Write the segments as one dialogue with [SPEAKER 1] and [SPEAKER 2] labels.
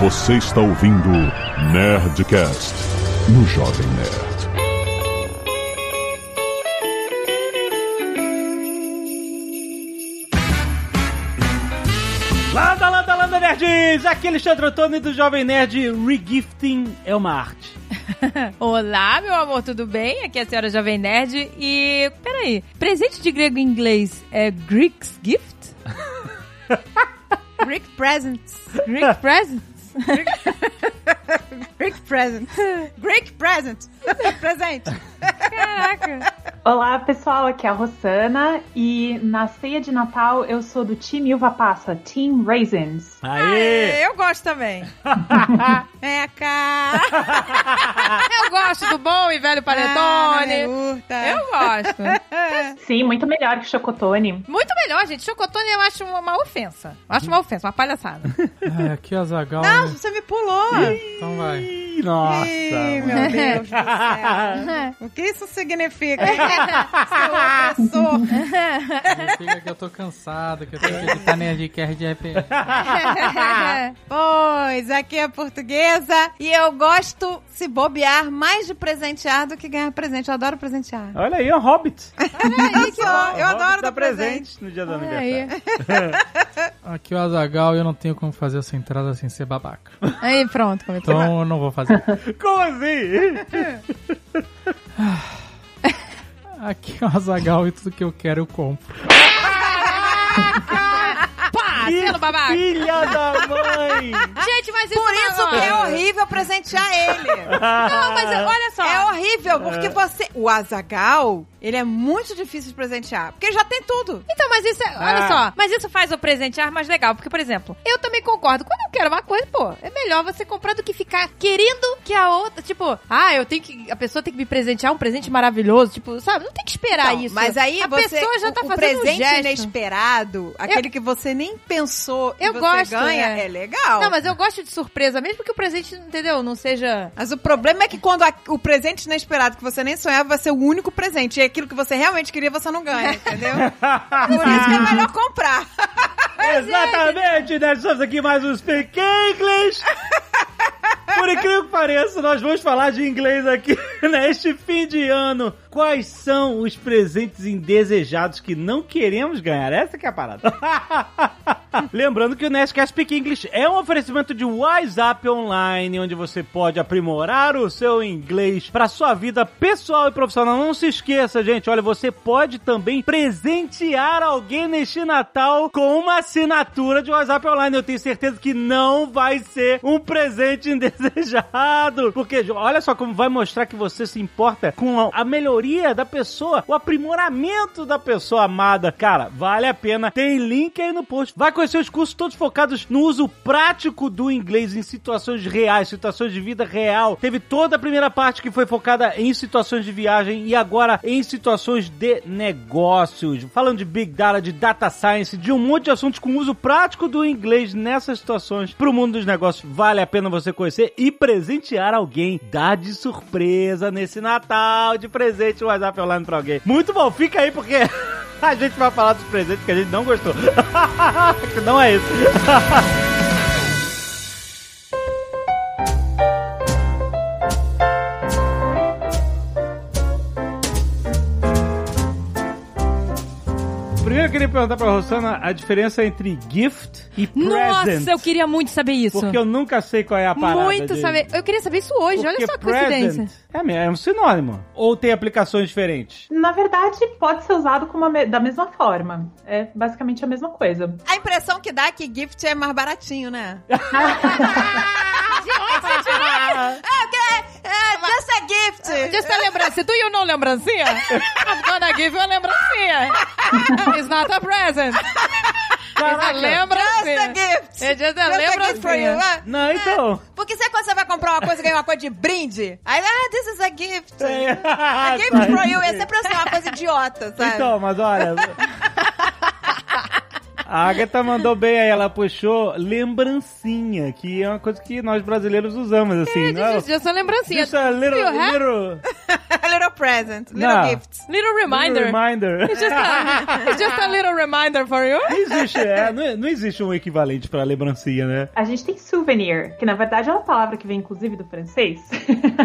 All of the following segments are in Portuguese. [SPEAKER 1] Você está ouvindo Nerdcast no Jovem Nerd.
[SPEAKER 2] Landa, landa, landa, nerds! Aqui é Alexandre Antônio do Jovem Nerd. Regifting é uma arte.
[SPEAKER 3] Olá, meu amor, tudo bem? Aqui é a senhora Jovem Nerd e. Peraí, presente de grego em inglês é Greek's Gift?
[SPEAKER 4] Rick Presents.
[SPEAKER 3] Greek Presents?
[SPEAKER 4] Rick Presents. Rick Present. Presente.
[SPEAKER 3] Caraca!
[SPEAKER 5] Olá pessoal, aqui é a Rossana e na ceia de Natal eu sou do time Uva Passa, Team Raisins.
[SPEAKER 2] Aê!
[SPEAKER 4] Ah, Eu gosto também. é, cara.
[SPEAKER 3] Eu gosto do bom e velho
[SPEAKER 4] Ah,
[SPEAKER 3] paletone.
[SPEAKER 4] Eu?
[SPEAKER 3] Eu gosto.
[SPEAKER 5] Sim, muito melhor que Chocotone.
[SPEAKER 3] Muito melhor, gente. Chocotone eu acho uma ofensa. Eu acho uma ofensa, uma palhaçada.
[SPEAKER 6] Ai, aqui é a Zagal.
[SPEAKER 4] Não, você me pulou.
[SPEAKER 6] Então vai.
[SPEAKER 2] Ih, Nossa!
[SPEAKER 4] Ih,
[SPEAKER 2] mano.
[SPEAKER 4] meu Deus do céu. O que isso significa? Seu opressor.
[SPEAKER 6] Chega que eu tô cansado, que eu tenho que editar Nerdcast de RPG.
[SPEAKER 4] Pois, aqui é portuguesa e eu gosto, se bobear, mais de presentear do que ganhar presente. Eu adoro presentear.
[SPEAKER 2] Olha aí, é um hobbit.
[SPEAKER 4] Olha só,
[SPEAKER 2] Um
[SPEAKER 4] eu
[SPEAKER 2] hobbit
[SPEAKER 4] adoro
[SPEAKER 2] dá
[SPEAKER 4] dar presente.
[SPEAKER 2] no dia do
[SPEAKER 3] Olha aí.
[SPEAKER 2] aniversário.
[SPEAKER 6] Aqui é o Azagal e eu não tenho como fazer essa entrada sem ser babaca.
[SPEAKER 3] Aí, pronto, começou.
[SPEAKER 6] Então eu não vou fazer.
[SPEAKER 2] Como assim?
[SPEAKER 6] Aqui é o Azagal e tudo que eu quero eu compro.
[SPEAKER 3] Pá, selo
[SPEAKER 4] Ah.
[SPEAKER 3] babaca.
[SPEAKER 2] Filha da mãe!
[SPEAKER 3] Gente, mas isso
[SPEAKER 4] Por
[SPEAKER 3] não
[SPEAKER 4] isso que
[SPEAKER 3] é
[SPEAKER 4] é horrível presentear ele.
[SPEAKER 3] Não, mas olha só.
[SPEAKER 4] É horrível, porque você. O Azagal, ele é muito difícil de presentear. Porque ele já tem tudo.
[SPEAKER 3] Então, mas isso é. Olha
[SPEAKER 2] Ah.
[SPEAKER 3] só, mas isso faz o presentear mais legal. Porque, por exemplo, eu também concordo. Quando eu quero uma coisa, pô, é melhor você comprar do que ficar querendo que a outra. Tipo, ah, eu tenho que. A pessoa tem que me presentear um presente maravilhoso. Tipo, sabe? Não tem que esperar
[SPEAKER 4] Então,
[SPEAKER 3] isso.
[SPEAKER 4] Mas aí
[SPEAKER 3] a
[SPEAKER 4] você,
[SPEAKER 3] pessoa já
[SPEAKER 4] o-
[SPEAKER 3] tá
[SPEAKER 4] o
[SPEAKER 3] fazendo um
[SPEAKER 4] presente
[SPEAKER 3] gesto.
[SPEAKER 4] inesperado, aquele que você nem pensou e
[SPEAKER 3] Eu
[SPEAKER 4] você
[SPEAKER 3] gosto,
[SPEAKER 4] ganha,
[SPEAKER 3] é.
[SPEAKER 4] é legal.
[SPEAKER 3] Não, mas eu gosto de surpresa, mesmo que o presente, entendeu? Não seja.
[SPEAKER 4] Mas o problema é que quando a- o presente inesperado que você nem sonhava vai ser o único presente. E é aquilo que você realmente queria, você não ganha, entendeu? Por isso que é melhor comprar.
[SPEAKER 2] Exatamente! Nós estamos aqui mais um Speak English! Por incrível que pareça, nós vamos falar de inglês aqui neste fim de ano. Quais são os presentes indesejados que não queremos ganhar? Essa que é a parada. Lembrando que o Nerdcast Speak English é um oferecimento de WhatsApp Online, onde você pode aprimorar o seu inglês para sua vida pessoal e profissional. Não se esqueça, gente, olha, você pode também presentear alguém neste Natal com uma assinatura de WhatsApp Online. Eu tenho certeza que não vai ser um presente indesejado, porque olha só como vai mostrar que você se importa com a- a melhoria da pessoa, o aprimoramento da pessoa amada. Cara, vale a pena. Tem link aí no post. Vai conhecer os cursos todos focados no uso prático do inglês em situações reais, situações de vida real. Teve toda a primeira parte que foi focada em situações de viagem e agora em situações de negócios. Falando de Big Data, de Data Science, de um monte de assuntos com uso prático do inglês nessas situações pro mundo dos negócios. Vale a pena você conhecer e presentear alguém. Dá de surpresa nesse Natal de presente o WhatsApp online pra alguém. Muito bom, fica aí porque a gente vai falar dos presentes que a gente não gostou. Que não é isso. Primeiro eu queria perguntar pra Rosana a diferença entre gift e present.
[SPEAKER 3] Nossa, eu queria muito saber isso.
[SPEAKER 2] Porque eu nunca sei qual é a parada.
[SPEAKER 3] muito
[SPEAKER 2] de-
[SPEAKER 3] saber. Eu queria saber isso hoje, olha
[SPEAKER 2] Porque
[SPEAKER 3] só que
[SPEAKER 2] present
[SPEAKER 3] coincidência.
[SPEAKER 2] É, mesmo, é um sinônimo. Ou tem aplicações diferentes.
[SPEAKER 5] Na verdade, pode ser usado como a me- da mesma forma. É basicamente a mesma coisa.
[SPEAKER 4] A impressão que dá é que gift é mais baratinho, né? É, just a gift.
[SPEAKER 3] É, Just a lembrança. Do you know lembrancinha? I'm gonna give you a lembrancinha. It's not a present. It's a
[SPEAKER 4] Just a
[SPEAKER 3] lembrancinha.
[SPEAKER 4] gift.
[SPEAKER 3] É just a
[SPEAKER 4] Just a gift for you.
[SPEAKER 3] lembrancinha.
[SPEAKER 4] Ah,
[SPEAKER 2] Não, então.
[SPEAKER 4] Porque se quando você vai comprar uma coisa e ganha uma coisa de brinde, aí, ah, this is a gift.
[SPEAKER 3] É.
[SPEAKER 4] A
[SPEAKER 2] A
[SPEAKER 4] gift é for you é sempre assim, uma coisa idiota, sabe?
[SPEAKER 2] Então, mas olha. A Agatha mandou bem aí, ela puxou lembrancinha, que é uma coisa que nós brasileiros usamos, assim. não é?
[SPEAKER 3] Just, just a lembrancinha.
[SPEAKER 2] Just a little,
[SPEAKER 3] Little hat?
[SPEAKER 2] little,
[SPEAKER 4] A little present, little
[SPEAKER 2] Não.
[SPEAKER 4] gifts.
[SPEAKER 3] Little reminder.
[SPEAKER 2] reminder.
[SPEAKER 3] It's just, a, it's just a little reminder for you.
[SPEAKER 2] Não existe, é, não, não existe um equivalente pra lembrancinha, né?
[SPEAKER 5] A gente tem souvenir, que na verdade é uma palavra que vem inclusive do francês.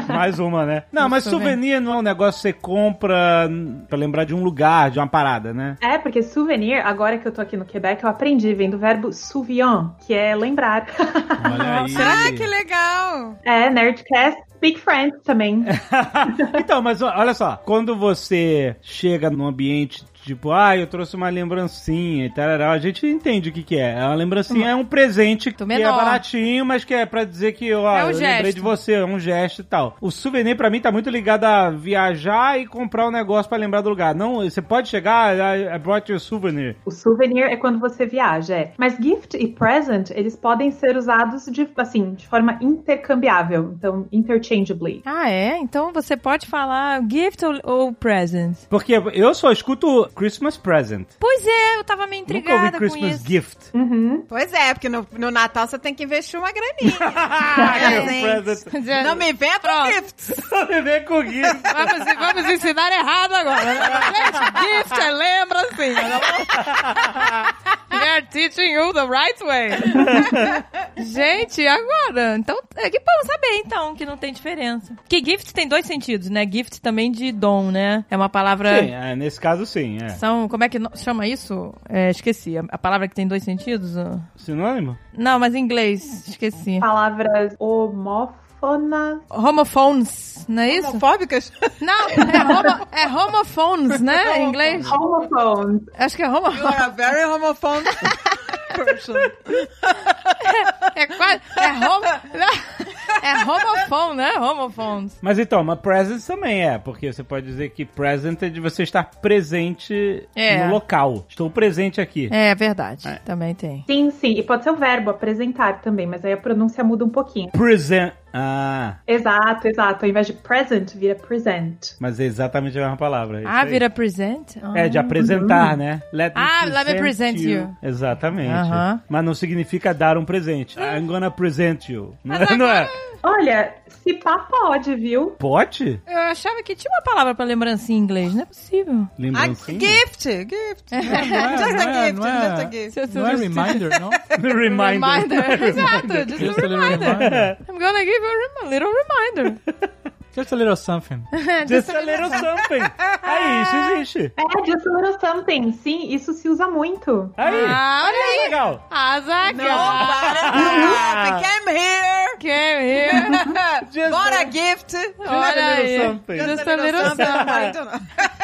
[SPEAKER 2] Mais uma, né? Não, mas
[SPEAKER 4] Nossa,
[SPEAKER 2] souvenir não é um negócio que você compra pra lembrar de um lugar, de uma parada, né?
[SPEAKER 5] É, porque souvenir, agora que eu tô aqui no Quebec, eu aprendi, vem do verbo souvenir, que é lembrar.
[SPEAKER 6] Olha aí.
[SPEAKER 4] Ah, que legal!
[SPEAKER 5] é, Nerdcast, Speak French também.
[SPEAKER 2] então, mas ó, olha só, quando você chega num ambiente tipo, ah, eu trouxe uma lembrancinha e tal, a gente entende o que que é. A lembrancinha é um presente que
[SPEAKER 3] Do
[SPEAKER 2] é
[SPEAKER 3] menor.
[SPEAKER 2] baratinho, mas que é pra dizer que, ó,
[SPEAKER 3] É um
[SPEAKER 2] eu lembrei
[SPEAKER 3] gesto.
[SPEAKER 2] de você, é um gesto e tal. O souvenir pra mim tá muito ligado a viajar e comprar um negócio pra lembrar do lugar. Não, você pode chegar, ah, I, I brought you a souvenir.
[SPEAKER 5] O souvenir é quando você viaja, é. Mas gift e present, eles podem ser usados de, assim, de forma intercambiável. Então, interchangeably.
[SPEAKER 3] Ah, é? Então você pode falar gift ou, ou present.
[SPEAKER 2] Porque eu só escuto Christmas present.
[SPEAKER 3] Pois é, eu tava meio
[SPEAKER 2] Nunca ouvi
[SPEAKER 3] intrigada com
[SPEAKER 2] Christmas
[SPEAKER 3] isso.
[SPEAKER 2] gift.
[SPEAKER 4] Pois é, porque no, no Natal você tem que investir uma graninha.
[SPEAKER 2] Christmas
[SPEAKER 4] gente.
[SPEAKER 2] present.
[SPEAKER 4] Não me inventa
[SPEAKER 3] é
[SPEAKER 4] um
[SPEAKER 3] Pronto.
[SPEAKER 4] gifts.
[SPEAKER 2] Só me vem com gift.
[SPEAKER 3] Vamos, vamos ensinar errado agora. né? Gente, gift é lembrancinha. tá bom? We are teaching you the right way. Gente, e agora? Então, é que bom saber, então, que não tem diferença. Porque gift tem dois sentidos, né? Gift também de dom, né? É uma palavra...
[SPEAKER 2] Sim, é, nesse caso sim, é.
[SPEAKER 3] São, como é que no- chama isso? É, esqueci. A, a palavra que tem dois sentidos? ó.
[SPEAKER 2] Sinônimo?
[SPEAKER 3] Não, mas em inglês. Esqueci.
[SPEAKER 5] Palavras homófonas.
[SPEAKER 3] Homophones, não é isso?
[SPEAKER 4] Homofóbicas?
[SPEAKER 3] Não, é, homo, é homophones, né? Em inglês.
[SPEAKER 5] Homophones.
[SPEAKER 3] Acho que é homo,
[SPEAKER 4] You are a very homophobe person.
[SPEAKER 3] É quase. É homo. É homophone, né? Homophones.
[SPEAKER 2] Mas então, uma presence também é, porque você pode dizer que present é de você estar presente
[SPEAKER 3] É.
[SPEAKER 2] no local. Estou presente aqui.
[SPEAKER 3] É verdade. Também tem.
[SPEAKER 5] Sim, sim. E pode ser o verbo apresentar também, mas aí a pronúncia muda um pouquinho.
[SPEAKER 2] Present. Ah,
[SPEAKER 5] Exato, exato. Ao invés de present, vira present.
[SPEAKER 2] mas é exatamente a mesma palavra. é isso
[SPEAKER 3] Ah,
[SPEAKER 2] aí.
[SPEAKER 3] vira present? Ah.
[SPEAKER 2] É, de apresentar, né? Let
[SPEAKER 3] Ah, let me present you.
[SPEAKER 2] Exatamente.
[SPEAKER 3] Aham.
[SPEAKER 2] Mas não significa dar um presente. I'm gonna present you. Não, é- não é?
[SPEAKER 5] Olha, se pá pode, viu?
[SPEAKER 2] Pote?
[SPEAKER 3] Ah, Eu achava que tinha uma palavra pra lembrancinha em inglês. Não é possível.
[SPEAKER 4] A
[SPEAKER 3] Ah,
[SPEAKER 2] Lembrancinha?
[SPEAKER 4] Ah, gift, gift. Just a
[SPEAKER 6] não é,
[SPEAKER 4] gift,
[SPEAKER 6] não é.
[SPEAKER 4] just a gift.
[SPEAKER 6] Não é reminder, não?
[SPEAKER 2] Reminder.
[SPEAKER 3] Exato. Just
[SPEAKER 6] Just
[SPEAKER 3] a
[SPEAKER 6] é a little reminder.
[SPEAKER 3] I'm gonna give you a rem- little reminder. É,
[SPEAKER 6] Just a little something.
[SPEAKER 2] Just a little something. Aí, isso existe.
[SPEAKER 5] É, just a little something. Sim, isso se usa muito.
[SPEAKER 2] Aí.
[SPEAKER 3] Ah, olha aí.
[SPEAKER 2] Legal.
[SPEAKER 3] Ah, é Azaghal Ah.
[SPEAKER 4] Opa, came here.
[SPEAKER 3] came here.
[SPEAKER 2] Just
[SPEAKER 4] Bora
[SPEAKER 2] a-
[SPEAKER 4] gift.
[SPEAKER 3] Olha aí.
[SPEAKER 2] something.
[SPEAKER 3] Just
[SPEAKER 4] Just
[SPEAKER 3] a little something.
[SPEAKER 6] a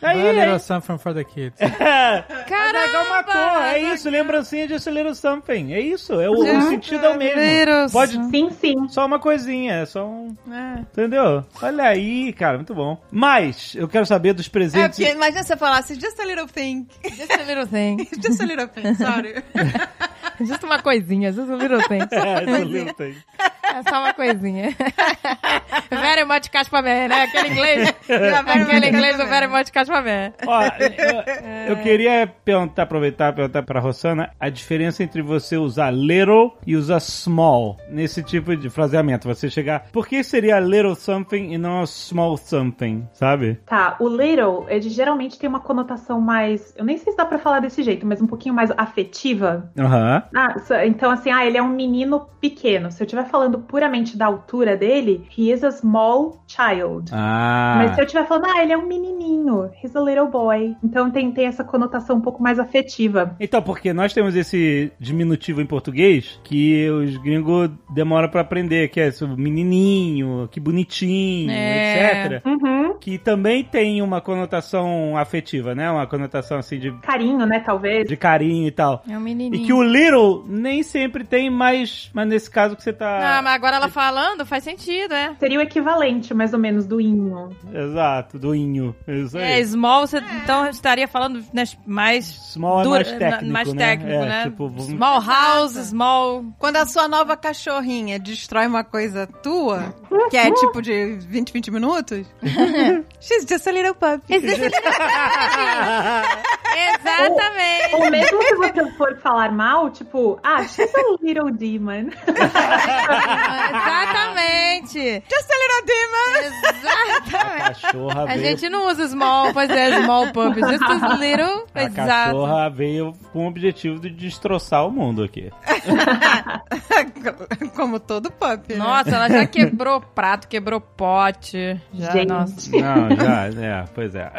[SPEAKER 2] Tá Aí,
[SPEAKER 6] é little
[SPEAKER 2] aí.
[SPEAKER 6] something for the kids.
[SPEAKER 2] Ah. Azaghal matou.
[SPEAKER 3] Caramba.
[SPEAKER 2] É isso, lembrancinha de Just a Little Something. É isso, é o, o sentido é o
[SPEAKER 3] little
[SPEAKER 2] mesmo. Pode
[SPEAKER 5] Sim, sim.
[SPEAKER 2] só uma coisinha, é só um.
[SPEAKER 4] É.
[SPEAKER 2] Entendeu? Olha aí, cara, muito bom. Mas, eu quero saber dos
[SPEAKER 4] É,
[SPEAKER 2] presentes.
[SPEAKER 4] porque imagina se eu falasse just a little thing.
[SPEAKER 3] Just a little thing.
[SPEAKER 4] Just a little thing, sorry.
[SPEAKER 3] Just uma coisinha. Just a little thing.
[SPEAKER 2] É, do Little Thing.
[SPEAKER 3] É só uma coisinha. Very much Caspa Man, né? Aquele inglês. Aquele inglês do Very much Caspa Man.
[SPEAKER 2] Ó,
[SPEAKER 4] É.
[SPEAKER 2] eu, eu queria perguntar, aproveitar e perguntar pra Rossana a diferença entre você usar little e usar small nesse tipo de fraseamento. Você chegar. Por que seria little something e não small something, sabe?
[SPEAKER 5] Tá, o little, ele geralmente tem uma conotação mais. Eu nem sei se dá pra falar desse jeito, mas um pouquinho mais afetiva.
[SPEAKER 2] Aham.
[SPEAKER 5] Ah, so- então assim, ah, ele é um menino pequeno. Se eu estiver falando puramente da altura dele, he is a small child. Mas
[SPEAKER 2] Ah.
[SPEAKER 5] se eu estiver falando, ah, ele é um menininho, he's a little boy. Então tem, tem essa conotação um pouco mais afetiva.
[SPEAKER 2] Então, porque nós temos esse diminutivo em português que os gringos demoram pra aprender, que é isso, menininho, que bonitinho,
[SPEAKER 3] É.
[SPEAKER 2] etc.
[SPEAKER 5] Uhum.
[SPEAKER 2] Que também tem uma conotação afetiva, né? Uma conotação assim de,
[SPEAKER 5] Carinho, né, talvez.
[SPEAKER 2] de carinho e tal.
[SPEAKER 3] É um
[SPEAKER 2] E
[SPEAKER 3] menininho.
[SPEAKER 2] que o little nem sempre tem, mas, mas nesse caso que você tá.
[SPEAKER 3] Ah, mas agora ela falando faz sentido, é.
[SPEAKER 5] Seria o equivalente, mais ou menos, do inho.
[SPEAKER 2] Exato, do inho. Isso aí.
[SPEAKER 3] É, small, você então estaria falando nas mais...
[SPEAKER 2] Small é
[SPEAKER 3] dura-
[SPEAKER 2] mais técnico.
[SPEAKER 3] na- mais
[SPEAKER 2] né?
[SPEAKER 3] técnico,
[SPEAKER 2] É,
[SPEAKER 3] né?
[SPEAKER 2] Tipo, vamos-
[SPEAKER 3] Small house, small...
[SPEAKER 4] Quando a sua nova cachorrinha destrói uma coisa tua, que é tipo de 20, 20 minutos,
[SPEAKER 3] né?
[SPEAKER 4] She's just a little puppy.
[SPEAKER 3] Esse desse Exatamente.
[SPEAKER 5] Ou mesmo se você for falar mal, tipo, ah, she's a little demon.
[SPEAKER 3] Exatamente.
[SPEAKER 4] Just a little demon.
[SPEAKER 3] Exatamente.
[SPEAKER 2] Cachorra
[SPEAKER 3] A
[SPEAKER 2] veio.
[SPEAKER 3] gente não usa small, pois é, small puppies. Just a little.
[SPEAKER 2] A
[SPEAKER 3] Exato.
[SPEAKER 2] cachorra veio com o objetivo de destroçar o mundo aqui.
[SPEAKER 4] Como todo puppy. né?
[SPEAKER 3] Nossa, ela já quebrou prato, quebrou pote. Já,
[SPEAKER 5] Gente.
[SPEAKER 3] Ah, nossa.
[SPEAKER 2] Não, já, é, pois é.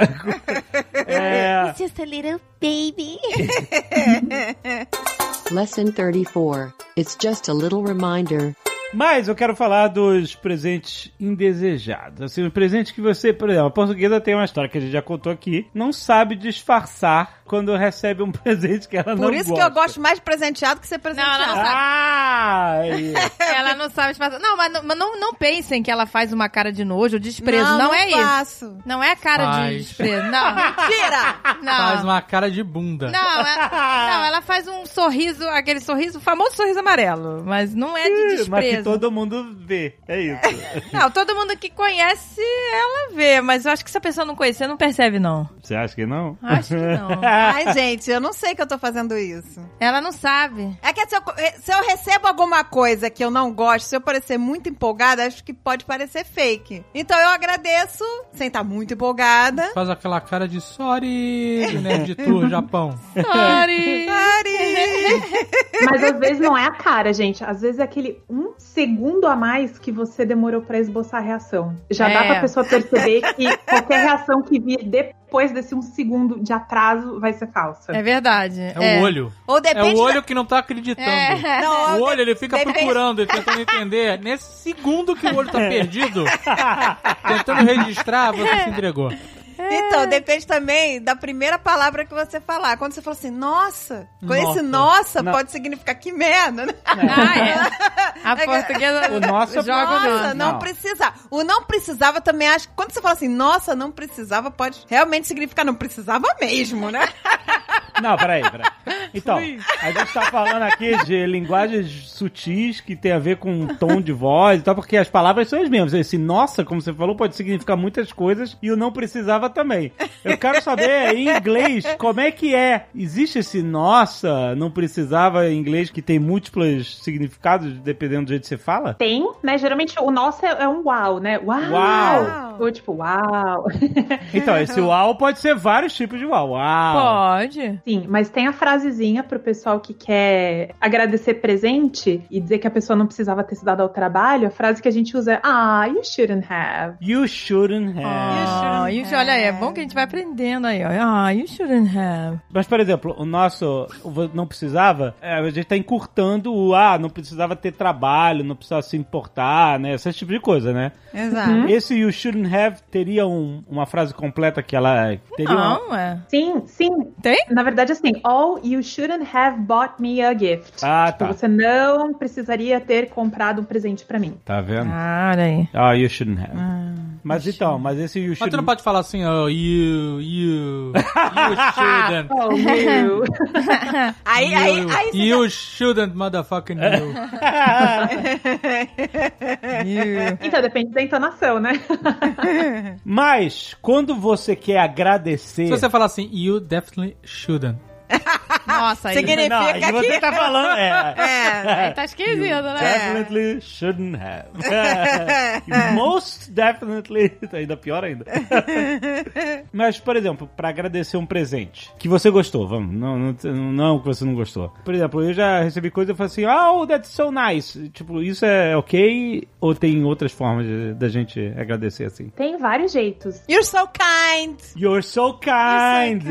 [SPEAKER 2] é
[SPEAKER 7] Just a little baby.
[SPEAKER 8] Lesson 34. It's just a little reminder.
[SPEAKER 2] mas eu quero falar dos presentes indesejados. Assim, um presente que você, por exemplo, a portuguesa tem uma história que a gente já contou aqui, não sabe disfarçar quando recebe um presente que ela não
[SPEAKER 4] Por
[SPEAKER 2] gosta.
[SPEAKER 4] isso que eu gosto mais de presenteado que ser presenteado.
[SPEAKER 3] Não, não,
[SPEAKER 2] Ah, aí.
[SPEAKER 3] Ela não sabe te fazer. Não, mas, não, mas não, não pensem que ela faz uma cara de nojo ou
[SPEAKER 4] Ah,
[SPEAKER 3] desprezo. Não, é isso.
[SPEAKER 4] faço.
[SPEAKER 3] Não é a cara de
[SPEAKER 6] Faz.
[SPEAKER 3] desprezo. Não.
[SPEAKER 4] Tira!
[SPEAKER 3] Não.
[SPEAKER 6] Faz uma cara de bunda.
[SPEAKER 3] Não, é- não, ela faz um sorriso, aquele sorriso, o famoso sorriso amarelo, mas não é de
[SPEAKER 2] Mas que
[SPEAKER 3] desprezo.
[SPEAKER 2] todo mundo vê. É isso.
[SPEAKER 3] Não, todo mundo que conhece, ela vê, mas eu acho que se a pessoa não conhecer, não percebe, não.
[SPEAKER 2] Você acha que não?
[SPEAKER 3] Acho que não.
[SPEAKER 4] Ai, gente, eu não sei que eu tô fazendo isso.
[SPEAKER 3] Ela não sabe.
[SPEAKER 4] É que se eu, se eu recebo alguma coisa que eu não gosto, se eu parecer muito empolgada, acho que pode parecer fake. Então eu agradeço, sem estar muito empolgada.
[SPEAKER 6] Faz aquela cara de sorry do Nerd Tour Japão.
[SPEAKER 3] Sorry!
[SPEAKER 4] Ari!
[SPEAKER 5] Mas às vezes não é a cara, gente. Às vezes é aquele um segundo a mais que você demorou pra esboçar a reação. Já dá
[SPEAKER 3] É.
[SPEAKER 5] pra pessoa perceber que qualquer reação que vir depois desse um segundo de atraso vai ser falsa.
[SPEAKER 3] É verdade.
[SPEAKER 6] É, o olho.
[SPEAKER 4] Ou depende
[SPEAKER 6] é o olho que não tá acreditando.
[SPEAKER 3] É.
[SPEAKER 4] Não,
[SPEAKER 6] O olho, ele fica
[SPEAKER 4] depende-
[SPEAKER 6] procurando, ele tentando entender. Nesse segundo que o olho tá perdido, tentando registrar, você se entregou.
[SPEAKER 4] da- então, depende também da primeira palavra que você falar. Quando você fala assim, nossa, com esse
[SPEAKER 6] Nossa.
[SPEAKER 4] nossa
[SPEAKER 2] Não.
[SPEAKER 4] pode significar que merda, né?
[SPEAKER 3] Ah, é. A
[SPEAKER 4] É que-
[SPEAKER 3] portuguesa
[SPEAKER 2] O nosso é
[SPEAKER 3] joga o
[SPEAKER 4] Nossa,
[SPEAKER 3] nome.
[SPEAKER 4] não,
[SPEAKER 2] Não.
[SPEAKER 4] precisava. O não precisava também acho que quando você fala assim, nossa, não precisava, pode realmente significar não precisava mesmo, né?
[SPEAKER 2] Não, peraí, peraí. Então, a gente tá falando aqui de linguagens sutis que tem a ver com o tom de voz e tal, porque as palavras são as mesmas. Esse nossa, como você falou, pode significar muitas coisas e o não precisava também. Eu quero saber em inglês como é que é. Existe esse nossa, não precisava em inglês que tem múltiplos significados dependendo do jeito que você fala?
[SPEAKER 5] Tem, né? Geralmente o nosso é, é um uau, né? Uau!
[SPEAKER 2] Uau!
[SPEAKER 5] Ou tipo, uau!
[SPEAKER 2] Então, esse uau pode ser vários tipos de uau. Uau!
[SPEAKER 3] Pode.
[SPEAKER 5] Sim, mas tem a frasezinha pro pessoal que quer agradecer presente e dizer que a pessoa não precisava ter se dado ao trabalho. A frase que a gente usa é Ah, you shouldn't have.
[SPEAKER 2] You shouldn't have.
[SPEAKER 3] Ah,
[SPEAKER 4] shouldn't
[SPEAKER 3] you should- olha aí, é
[SPEAKER 4] have.
[SPEAKER 3] bom que a gente vai aprendendo aí. ó. Ah, you shouldn't have.
[SPEAKER 2] Mas, por exemplo, o nosso o vo- não precisava, é, a gente tá encurtando o ah, não precisava ter trabalho, não precisava se importar, né? Esse tipo de coisa, né?
[SPEAKER 4] Exato.
[SPEAKER 6] Uhum.
[SPEAKER 2] Esse you shouldn't have teria um- uma frase completa que ela teria uma-
[SPEAKER 3] Não, é.
[SPEAKER 5] Sim, sim.
[SPEAKER 3] Tem?
[SPEAKER 5] Na verdade, assim, all you shouldn't have bought me a gift.
[SPEAKER 2] Ah,
[SPEAKER 5] Tipo,
[SPEAKER 2] tá.
[SPEAKER 5] Você não precisaria ter comprado um presente pra mim.
[SPEAKER 2] Tá vendo?
[SPEAKER 3] Ah, olha aí.
[SPEAKER 2] Ah, you shouldn't have. mas então, mas esse you
[SPEAKER 6] Ah, Mas tu não
[SPEAKER 2] shouldn't
[SPEAKER 6] pode falar assim, oh, you, you, you shouldn't.
[SPEAKER 5] Oh, you.
[SPEAKER 4] Aí, aí,
[SPEAKER 6] You,
[SPEAKER 4] aí,
[SPEAKER 6] you shouldn't, motherfucking you.
[SPEAKER 5] então, depende da entonação, né?
[SPEAKER 2] Mas quando você quer agradecer,
[SPEAKER 6] Se você falar assim, you definitely shouldn't.
[SPEAKER 3] Ah, Nossa, aí.
[SPEAKER 4] Significa
[SPEAKER 2] não, aí
[SPEAKER 4] que-
[SPEAKER 2] você tá falando, é.
[SPEAKER 4] É.
[SPEAKER 3] aí tá esquisito, né?
[SPEAKER 2] Definitely shouldn't have. Most definitely. Tá Ainda pior ainda. Mas, por exemplo, pra agradecer um presente que você gostou, vamos, não, não, não que você não gostou. Por exemplo, eu já recebi coisa e falei assim, oh, that's so nice. Tipo, isso é ok? Ou tem outras formas de- da gente agradecer assim?
[SPEAKER 5] Tem vários jeitos.
[SPEAKER 4] You're so kind.
[SPEAKER 2] You're so kind.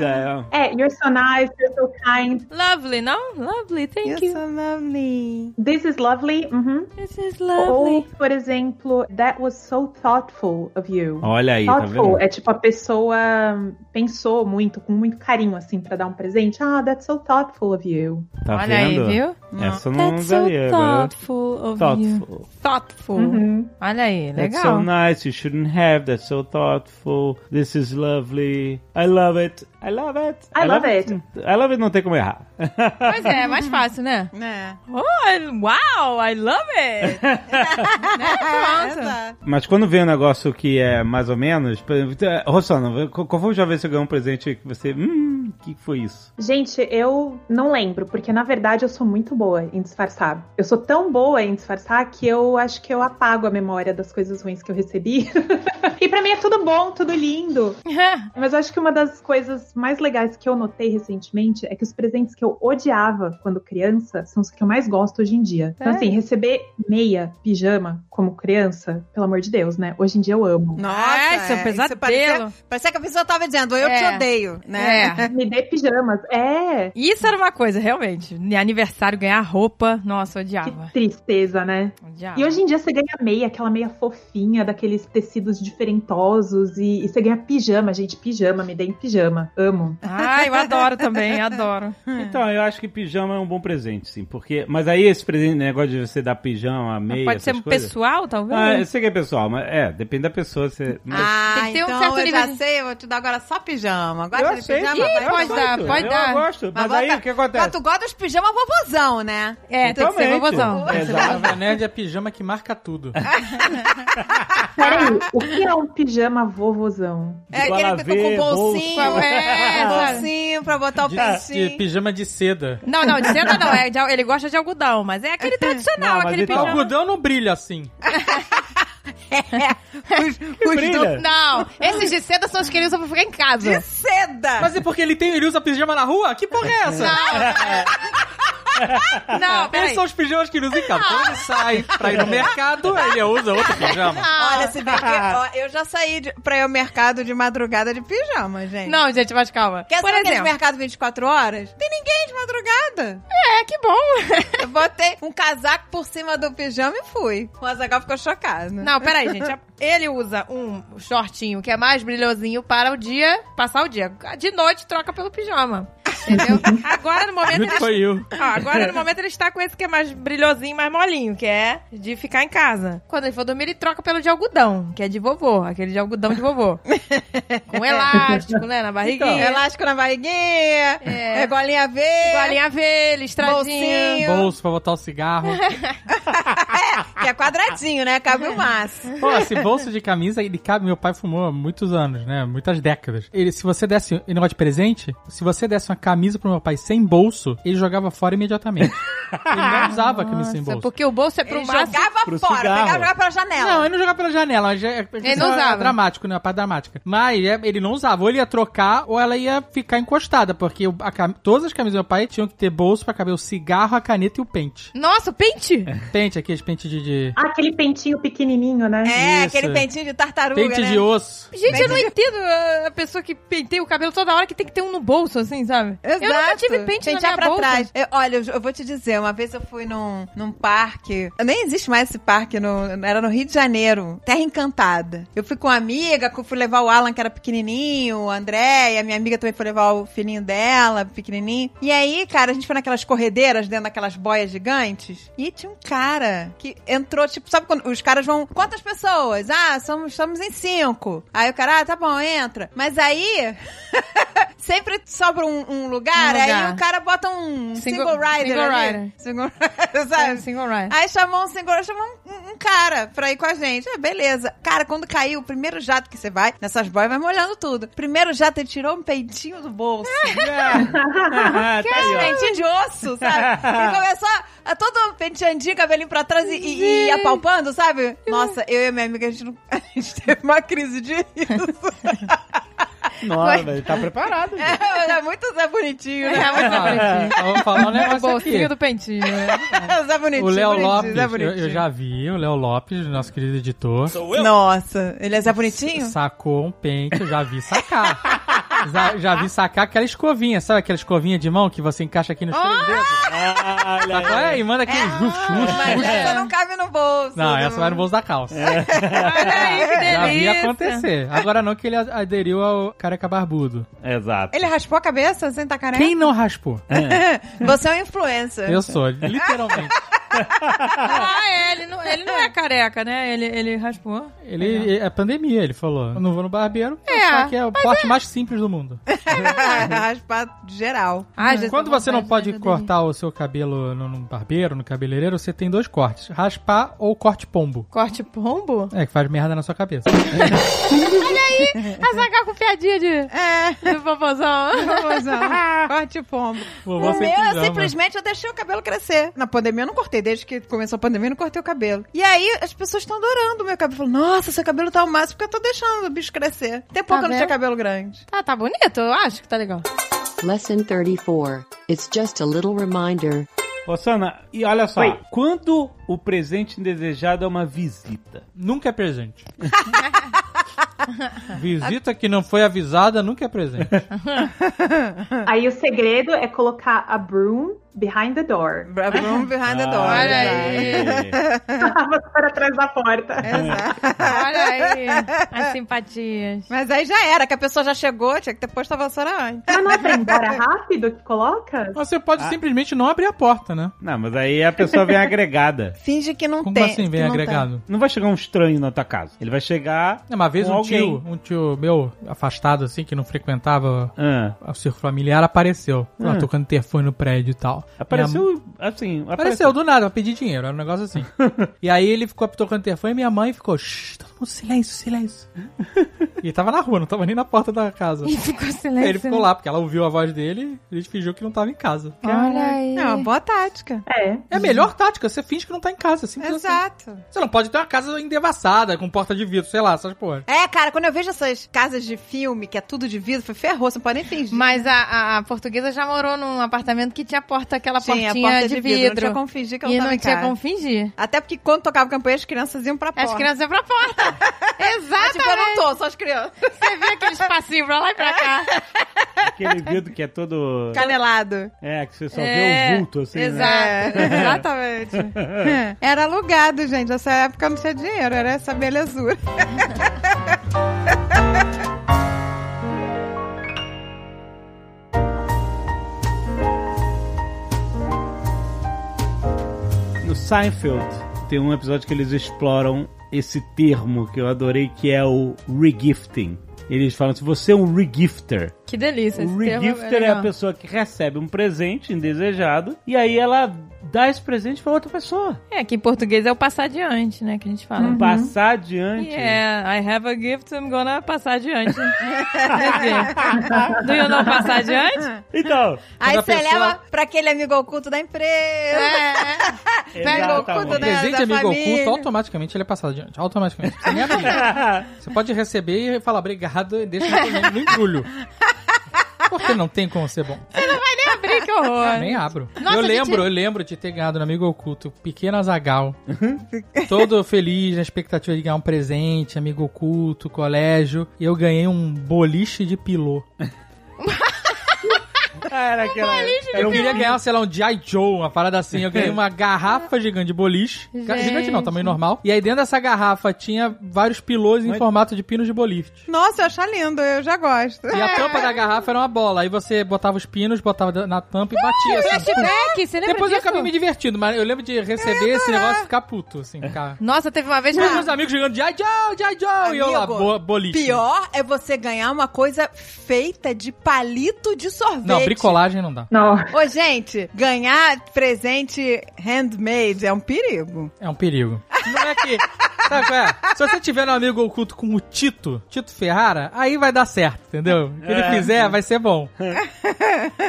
[SPEAKER 2] É.
[SPEAKER 5] É, you're so nice, you're so kind.
[SPEAKER 3] Lovely, não? Lovely, thank
[SPEAKER 4] You're
[SPEAKER 3] you.
[SPEAKER 4] so lovely.
[SPEAKER 5] This is lovely. Uhum.
[SPEAKER 3] This is
[SPEAKER 5] Ou,
[SPEAKER 3] lovely.
[SPEAKER 5] por exemplo, that was so thoughtful of you.
[SPEAKER 2] Olha aí, tá
[SPEAKER 5] thoughtful
[SPEAKER 2] vendo?
[SPEAKER 5] é tipo a pessoa pensou muito, com muito carinho, assim, pra dar um presente. Ah, that's so thoughtful of you.
[SPEAKER 2] Tá
[SPEAKER 3] olha
[SPEAKER 2] vendo?
[SPEAKER 3] aí, viu?
[SPEAKER 2] Essa eu não usaria. agora. é
[SPEAKER 3] of
[SPEAKER 2] Thoughtful.
[SPEAKER 3] Thoughtful.
[SPEAKER 5] Uhum.
[SPEAKER 3] Olha aí,
[SPEAKER 2] That's so
[SPEAKER 3] legal.
[SPEAKER 2] nice. You shouldn't have. That's so thoughtful. This is lovely. I love it. I love it.
[SPEAKER 5] I love it.
[SPEAKER 2] I love it. Não tem como errar.
[SPEAKER 3] Pois é, é mais fácil, né?
[SPEAKER 4] É.
[SPEAKER 3] Oh, I- wow, I love it! É,
[SPEAKER 4] Ah, Exato.
[SPEAKER 2] Mas quando vem um negócio que é mais ou menos. por exemplo, eh, Rossana, qual qual foi a última vez que você ganhou um presente que você. Hum, que foi isso?
[SPEAKER 5] Gente, eu não lembro, porque na verdade eu sou muito boa em disfarçar. Eu sou tão boa em disfarçar que eu acho que eu apago a memória das coisas ruins que eu recebi. e pra mim é tudo bom, tudo lindo. Mas eu acho que uma das coisas mais legais que eu notei recentemente é que os presentes que eu odiava quando criança são os que eu mais gosto hoje em dia. Então,
[SPEAKER 3] Sério?
[SPEAKER 5] assim, receber meia, pijama, como criança, pelo amor de Deus, né? Hoje em dia eu amo.
[SPEAKER 4] Nossa,
[SPEAKER 3] Ai, seu
[SPEAKER 4] é,
[SPEAKER 3] pesadelo.
[SPEAKER 4] isso Parecia, parecia que a pessoa tava dizendo, eu
[SPEAKER 3] É.
[SPEAKER 4] te odeio, né?
[SPEAKER 3] É.
[SPEAKER 5] Me dê pijamas. É,
[SPEAKER 3] Isso era uma coisa, realmente. Aniversário, ganhar roupa. Nossa, eu
[SPEAKER 5] que
[SPEAKER 3] odiava.
[SPEAKER 5] tristeza, né?
[SPEAKER 3] odiava.
[SPEAKER 5] E hoje em dia
[SPEAKER 4] Ah.
[SPEAKER 5] você ganha meia, aquela meia fofinha, daqueles tecidos diferentosos, e, e você ganha pijama, gente, pijama, me deem pijama, amo.
[SPEAKER 3] Ai, eu adoro também, adoro.
[SPEAKER 2] Então, eu acho que pijama é um bom presente, sim. Porque. Mas aí esse presente, negócio de você dar pijama, meia.
[SPEAKER 3] Pode
[SPEAKER 2] essas
[SPEAKER 3] ser um
[SPEAKER 2] coisas.
[SPEAKER 3] pessoal, talvez?
[SPEAKER 2] Ah, eu sei que é pessoal, mas é, depende da pessoa. Você... mas-
[SPEAKER 4] Ah,
[SPEAKER 3] Tem que ter um
[SPEAKER 4] então
[SPEAKER 3] certo
[SPEAKER 4] eu
[SPEAKER 3] nível
[SPEAKER 4] já
[SPEAKER 3] de-
[SPEAKER 4] sei, eu vou te dar agora só pijama. Gosta
[SPEAKER 2] eu
[SPEAKER 4] de
[SPEAKER 2] aceito.
[SPEAKER 4] pijama?
[SPEAKER 3] Ih,
[SPEAKER 4] Vai,
[SPEAKER 2] eu
[SPEAKER 3] pode
[SPEAKER 2] aceito,
[SPEAKER 3] dar, pode
[SPEAKER 2] eu
[SPEAKER 3] dar.
[SPEAKER 2] gosto. Mas,
[SPEAKER 4] bota-
[SPEAKER 2] aí o que acontece?
[SPEAKER 4] Mas tu gosta dos pijamas vovozão, né?
[SPEAKER 3] É, tem que ser
[SPEAKER 2] Totalmente.
[SPEAKER 3] vovozão.
[SPEAKER 2] Exato.
[SPEAKER 6] Jovem Nerd é pijama que marca tudo.
[SPEAKER 5] Peraí, o que é um pijama vovozão?
[SPEAKER 2] De
[SPEAKER 4] é aquele que
[SPEAKER 2] palavê,
[SPEAKER 4] com bolsinho.
[SPEAKER 2] bolso.
[SPEAKER 3] É, sabe?
[SPEAKER 4] bolsinho pra botar o
[SPEAKER 6] De,
[SPEAKER 4] pincinho.
[SPEAKER 6] de pijama de seda.
[SPEAKER 3] Não, não, de seda não. É de, ele gosta de algodão, mas é aquele tradicional,
[SPEAKER 2] Não, mas
[SPEAKER 3] aquele
[SPEAKER 2] então-
[SPEAKER 6] O
[SPEAKER 3] pijama.
[SPEAKER 6] algodão não brilha assim.
[SPEAKER 4] Os, os do-
[SPEAKER 2] Brilha.
[SPEAKER 3] Não, esses de seda são os que ele usa pra ficar em casa.
[SPEAKER 4] de seda.
[SPEAKER 6] Mas é porque ele tem, ele usa pijama na rua? Que porra é essa?
[SPEAKER 3] Não,
[SPEAKER 6] Eles
[SPEAKER 3] peraí.
[SPEAKER 6] são os pijamas que ele usa em casa. Quando ele sai pra ir no mercado, ele usa outro pijama.
[SPEAKER 4] Olha, se bem que
[SPEAKER 3] Ah.
[SPEAKER 4] ó, eu já saí de, pra ir ao mercado de madrugada de pijama, gente.
[SPEAKER 3] Não, gente, mas calma.
[SPEAKER 4] Quer
[SPEAKER 3] Por
[SPEAKER 4] saber aquele
[SPEAKER 3] exemplo,
[SPEAKER 4] mercado 24 horas? Tem ninguém de madrugada.
[SPEAKER 3] é, que bom.
[SPEAKER 4] Eu botei um casaco por cima do pijama e fui. O Azagal ficou chocado.
[SPEAKER 3] Não, peraí, gente. Ele usa um shortinho que é mais brilhosinho para o dia, passar o dia. De noite, troca pelo pijama. Entendeu? Agora, no momento,
[SPEAKER 6] Junto
[SPEAKER 3] ele
[SPEAKER 6] foi eu.
[SPEAKER 3] Ó, agora no momento ele está com esse que é mais brilhosinho, mais molinho, que é de ficar em casa. Quando ele for dormir, ele troca pelo de algodão, que é de vovô, aquele de algodão de vovô. com elástico, né, na barriguinha.
[SPEAKER 4] Elástico na barriguinha,
[SPEAKER 3] É.
[SPEAKER 4] é. golinha verde,
[SPEAKER 3] Golinha velha, estradinha.
[SPEAKER 4] bolsinho.
[SPEAKER 6] Bolso pra botar o cigarro.
[SPEAKER 4] Que é quadradinho, né? Cabe o máximo.
[SPEAKER 6] Pô, esse bolso de camisa, ele cabe. Meu pai fumou há muitos anos, né? Muitas décadas. Ele, se você desse. um, Ele negócio de presente, se você desse uma camisa pro meu pai sem bolso, ele jogava fora imediatamente. Ele não usava camisa sem bolso.
[SPEAKER 3] Porque o bolso é pro
[SPEAKER 4] Ele
[SPEAKER 3] máximo.
[SPEAKER 4] jogava
[SPEAKER 2] pro
[SPEAKER 4] fora,
[SPEAKER 2] cigarro.
[SPEAKER 4] pegava e jogava pela
[SPEAKER 6] Não,
[SPEAKER 4] janela.
[SPEAKER 6] ele não jogava pela janela. mas é-
[SPEAKER 3] Ele não
[SPEAKER 6] é
[SPEAKER 3] usava.
[SPEAKER 6] dramático, né? A parte dramática. Mas é, ele não usava. Ou ele ia trocar, ou ela ia ficar encostada. Porque o- a cam- todas as camisas do meu pai tinham que ter bolso pra caber o cigarro, a caneta e o pente.
[SPEAKER 3] Nossa, o pente!
[SPEAKER 6] Pente, aqueles pentes de... de-
[SPEAKER 5] Ah, aquele pentinho pequenininho, né?
[SPEAKER 4] é,
[SPEAKER 6] Isso.
[SPEAKER 4] aquele pentinho de tartaruga,
[SPEAKER 6] Pente
[SPEAKER 4] né?
[SPEAKER 6] de osso.
[SPEAKER 3] Gente, eu não entendo a- a pessoa que penteia o cabelo toda hora que tem que ter um no bolso, assim, sabe? Eu nunca tive pente
[SPEAKER 4] Pentear
[SPEAKER 3] na minha
[SPEAKER 4] pra
[SPEAKER 3] bolsa.
[SPEAKER 4] trás. Eu- olha, eu, eu vou te dizer, uma vez eu fui num, num parque. Nem existe mais esse parque, no- era no Rio de Janeiro. Terra Encantada. Eu fui com uma amiga, que eu fui levar o Alan, que era pequenininho, o André, e a minha amiga também foi levar o filhinho dela, pequenininho. E aí, cara, a gente foi naquelas corredeiras, dentro daquelas boias gigantes, e tinha um cara que entrou, tipo, sabe quando os caras vão. Quantas pessoas? Ah, somos, somos em cinco. Aí o cara, ah, tá bom, entra. Mas aí. Sempre sobra um, um lugar,
[SPEAKER 3] Um lugar.
[SPEAKER 4] aí o cara bota um
[SPEAKER 3] Single-
[SPEAKER 4] single, rider
[SPEAKER 3] single
[SPEAKER 4] ali.
[SPEAKER 3] rider.
[SPEAKER 4] Single rider, sabe?
[SPEAKER 3] Single É, assim, right.
[SPEAKER 4] Aí chamou um senhor, chamou um, um cara pra ir com a gente. Ah, beleza. Cara, quando caiu o primeiro jato que você vai, nessas boias vai molhando tudo. Primeiro jato, ele tirou um peitinho do bolso.
[SPEAKER 2] Ah, tá
[SPEAKER 4] Esse
[SPEAKER 2] aí, ó.
[SPEAKER 4] peitinho de osso, sabe? E começou a, a todo penteandinho, cabelinho pra trás e, e- e apalpando, sabe? Nossa, eu e a minha amiga, a gente, não- a gente teve uma crise de riso.
[SPEAKER 2] Nossa, velho, tá preparado. gente.
[SPEAKER 4] É, mas é muito Zé Bonitinho, né?
[SPEAKER 3] É, muito bonitinho.
[SPEAKER 6] Ah, eu vou falar um
[SPEAKER 3] O
[SPEAKER 6] negócio aqui.
[SPEAKER 3] bolsinho é do pentinho. né?
[SPEAKER 4] Zé É Bonitinho,
[SPEAKER 6] O Léo
[SPEAKER 4] bonitinho,
[SPEAKER 6] Lopes,
[SPEAKER 4] Zé
[SPEAKER 6] eu,
[SPEAKER 4] Bonitinho.
[SPEAKER 6] eu já vi, o Léo Lopes, nosso querido editor,
[SPEAKER 4] Nossa, ele é Zé Bonitinho?
[SPEAKER 6] sacou um pente, eu já vi sacar. já, já vi sacar aquela escovinha, sabe aquela escovinha de mão que você encaixa aqui nos três dedos?
[SPEAKER 2] Ah, olha aí.
[SPEAKER 6] Olha aí, manda aquele
[SPEAKER 4] É,
[SPEAKER 6] é,
[SPEAKER 4] Mas
[SPEAKER 6] juxo.
[SPEAKER 4] essa não é cabe no bolsa.
[SPEAKER 6] Não,
[SPEAKER 4] do-
[SPEAKER 6] essa vai no bolso da calça.
[SPEAKER 3] Peraí, que
[SPEAKER 6] Já vi
[SPEAKER 3] delícia.
[SPEAKER 6] acontecer. Agora não que ele a- aderiu ao careca barbudo.
[SPEAKER 2] Exato.
[SPEAKER 4] Ele raspou a cabeça sem tá careca?
[SPEAKER 6] Quem não raspou?
[SPEAKER 4] Você é um influencer.
[SPEAKER 6] Eu sou, literalmente.
[SPEAKER 3] Ah, é, ele não, ele não é careca, né? Ele, ele raspou.
[SPEAKER 6] Ele é pandemia, ele falou. Eu não vou no barbeiro,
[SPEAKER 3] É,
[SPEAKER 6] só que é o corte mais simples do mundo.
[SPEAKER 4] Raspar geral. Hum.
[SPEAKER 3] Ah, gente,
[SPEAKER 6] Quando você não
[SPEAKER 3] vontade
[SPEAKER 6] pode
[SPEAKER 3] de
[SPEAKER 6] cortar o seu cabelo no, no barbeiro, no cabeleireiro, você tem dois cortes: raspar ou corte pombo.
[SPEAKER 3] Corte pombo?
[SPEAKER 6] É, que faz merda na sua cabeça.
[SPEAKER 3] Ah, sacar com piadinha de,
[SPEAKER 4] É.
[SPEAKER 3] de popozão.
[SPEAKER 4] Vovôzão. Corte pombo.
[SPEAKER 6] Vovô
[SPEAKER 4] o
[SPEAKER 6] sem
[SPEAKER 4] meu, eu
[SPEAKER 6] pijama.
[SPEAKER 4] simplesmente eu deixei o cabelo crescer. Na pandemia eu não cortei, desde que começou a pandemia eu não cortei o cabelo. E aí as pessoas estão adorando o meu cabelo. Falam, nossa, seu cabelo tá ao máximo porque eu tô deixando o bicho crescer. Tem pouco eu não
[SPEAKER 3] vendo?
[SPEAKER 4] tinha cabelo grande.
[SPEAKER 3] Tá, tá bonito, eu acho que tá legal.
[SPEAKER 8] Lesson 34. It's just a little reminder.
[SPEAKER 2] Ô, Sana, e olha só.
[SPEAKER 5] Oi.
[SPEAKER 2] Quando o presente indesejado é uma visita?
[SPEAKER 6] Nunca é presente. Visita que não foi avisada nunca é presente.
[SPEAKER 5] Aí o segredo é colocar a broom behind the door.
[SPEAKER 4] Vamos behind
[SPEAKER 2] Ah,
[SPEAKER 4] the door.
[SPEAKER 3] Olha
[SPEAKER 4] exato.
[SPEAKER 3] aí.
[SPEAKER 4] É.
[SPEAKER 5] Para trás da porta.
[SPEAKER 4] Exato.
[SPEAKER 3] Olha aí as simpatias.
[SPEAKER 4] Mas aí já era, que a pessoa já chegou, tinha que ter posto a vassoura antes.
[SPEAKER 5] Mas não é pra ir embora rápido que coloca?
[SPEAKER 6] Mas Você pode simplesmente não abrir a porta, né?
[SPEAKER 2] Não, mas aí a pessoa vem agregada.
[SPEAKER 4] Finge que não
[SPEAKER 6] Como
[SPEAKER 4] tem.
[SPEAKER 6] assim vem
[SPEAKER 4] que não
[SPEAKER 6] agregado?
[SPEAKER 2] Não vai chegar um estranho na tua casa. Ele vai chegar.
[SPEAKER 6] É, Uma vez
[SPEAKER 2] com
[SPEAKER 6] um tio,
[SPEAKER 2] alguém.
[SPEAKER 6] um tio meu afastado, assim, que não frequentava
[SPEAKER 2] Ah,
[SPEAKER 6] o círculo familiar, apareceu. Falou,
[SPEAKER 2] Hum.
[SPEAKER 6] ah, tocando interfone no prédio e tal. Minha-
[SPEAKER 2] apareceu assim.
[SPEAKER 6] Apareceu do nada, pra pedir dinheiro, era um negócio assim. e aí ele ficou tocando telefone e minha mãe ficou, shh, todo mundo silêncio, silêncio. e tava na rua, não tava nem na porta da casa.
[SPEAKER 3] E ficou silêncio.
[SPEAKER 6] ele
[SPEAKER 4] né?
[SPEAKER 6] ficou lá, porque ela ouviu a voz dele e a gente fingiu que não tava em casa.
[SPEAKER 3] Olha aí.
[SPEAKER 4] Não, é uma boa tática.
[SPEAKER 5] É.
[SPEAKER 6] É a melhor tática, você finge que não tá em casa, simples assim.
[SPEAKER 4] Exato.
[SPEAKER 6] Você não pode ter uma casa endevassada, com porta de vidro, sei lá, essas porra.
[SPEAKER 4] É, cara, quando eu vejo essas casas de filme, que é tudo de vidro, foi ferrou, você não pode nem fingir.
[SPEAKER 3] Mas a, a- a portuguesa já morou num apartamento que tinha porta, aquela
[SPEAKER 4] Tinha,
[SPEAKER 3] portinha de,
[SPEAKER 4] Não
[SPEAKER 3] vidro.
[SPEAKER 4] tinha como um fingir que eu
[SPEAKER 3] e
[SPEAKER 4] não tava
[SPEAKER 3] não
[SPEAKER 4] em
[SPEAKER 3] tinha
[SPEAKER 4] casa.
[SPEAKER 3] como fingir.
[SPEAKER 4] Até porque quando tocava campanha, as crianças iam pra porta.
[SPEAKER 3] As crianças iam pra porta.
[SPEAKER 4] Mas,
[SPEAKER 3] Exatamente.
[SPEAKER 4] tipo, eu não tô, só as crianças.
[SPEAKER 3] Você vê aquele espacinho pra lá e pra cá.
[SPEAKER 2] Aquele vidro que é todo.
[SPEAKER 4] Canelado.
[SPEAKER 2] É, que você só
[SPEAKER 3] É,
[SPEAKER 2] vê o vulto assim. né?
[SPEAKER 4] É.
[SPEAKER 3] Exato.
[SPEAKER 4] Exatamente.
[SPEAKER 6] É.
[SPEAKER 4] É. era alugado, gente. Nessa época não tinha dinheiro, era essa belezura.
[SPEAKER 2] No Seinfeld tem um episódio que eles exploram esse termo que eu adorei, que é o regifting. Eles falam assim: você é um regifter.
[SPEAKER 3] Que delícia. Esse
[SPEAKER 2] O
[SPEAKER 3] termo
[SPEAKER 2] regifter é a
[SPEAKER 3] legal.
[SPEAKER 2] pessoa que recebe um presente indesejado e aí ela dá esse presente pra outra pessoa.
[SPEAKER 3] É, que em português é o passar adiante, né? Que a gente
[SPEAKER 2] Hum.
[SPEAKER 3] fala.
[SPEAKER 2] Passar adiante.
[SPEAKER 3] Yeah, I have a gift, I'm gonna passar adiante. Do you know passar adiante?
[SPEAKER 2] Então,
[SPEAKER 4] Aí
[SPEAKER 6] a
[SPEAKER 4] você
[SPEAKER 6] pessoa-
[SPEAKER 4] leva pra aquele amigo oculto da empresa.
[SPEAKER 3] É.
[SPEAKER 4] Pega o
[SPEAKER 2] Exatamente.
[SPEAKER 4] cu da-
[SPEAKER 6] Presente
[SPEAKER 4] da
[SPEAKER 6] amigo
[SPEAKER 4] família.
[SPEAKER 6] oculto, automaticamente ele é passado adiante. Automaticamente. Você, nem abre. Você pode receber e falar obrigado e deixa no no embrulho. Porque não tem como ser bom.
[SPEAKER 3] Nem abri, que é horror.
[SPEAKER 6] Nem abro.
[SPEAKER 3] Nossa,
[SPEAKER 6] eu
[SPEAKER 3] gente-
[SPEAKER 6] lembro, eu lembro de ter ganhado no Amigo Oculto, pequena Zagal. todo feliz, na expectativa de ganhar um presente, Amigo Oculto, colégio. E eu ganhei um boliche de pilô.
[SPEAKER 2] Era aquela.
[SPEAKER 6] Eu queria ganhar, sei lá, um G.I. Joe, uma parada assim. Eu ganhei uma garrafa gigante de boliche. Ga- Gigante não, tamanho normal. E aí dentro dessa garrafa tinha vários pilôs em
[SPEAKER 2] Mas-
[SPEAKER 6] formato de pinos de boliche.
[SPEAKER 4] Nossa, eu acho lindo, eu já gosto.
[SPEAKER 6] E a tampa da garrafa era uma bola. Aí você botava os pinos, botava na tampa e batia assim.
[SPEAKER 3] Flashback, você lembra
[SPEAKER 6] Depois eu
[SPEAKER 3] disso?
[SPEAKER 6] acabei me divertindo, mas eu lembro de receber esse negócio e ficar puto, assim, ficar.
[SPEAKER 3] Nossa, teve uma vez que...
[SPEAKER 6] Tinha meus amigos jogando Jai Joe, Jai Joe, e eu lá,
[SPEAKER 4] Ah. Amigo,
[SPEAKER 6] bo boliche.
[SPEAKER 4] Pior é você ganhar uma coisa feita de palito de sorvete.
[SPEAKER 6] Não, bricolagem não dá.
[SPEAKER 5] Não.
[SPEAKER 4] Ô, gente, ganhar presente handmade é um perigo.
[SPEAKER 6] É um perigo. Não é que. Sabe qual é? Se você tiver um amigo oculto com o Tito, Tito Ferrara, aí vai dar certo, entendeu? Se ele fizer, vai ser bom.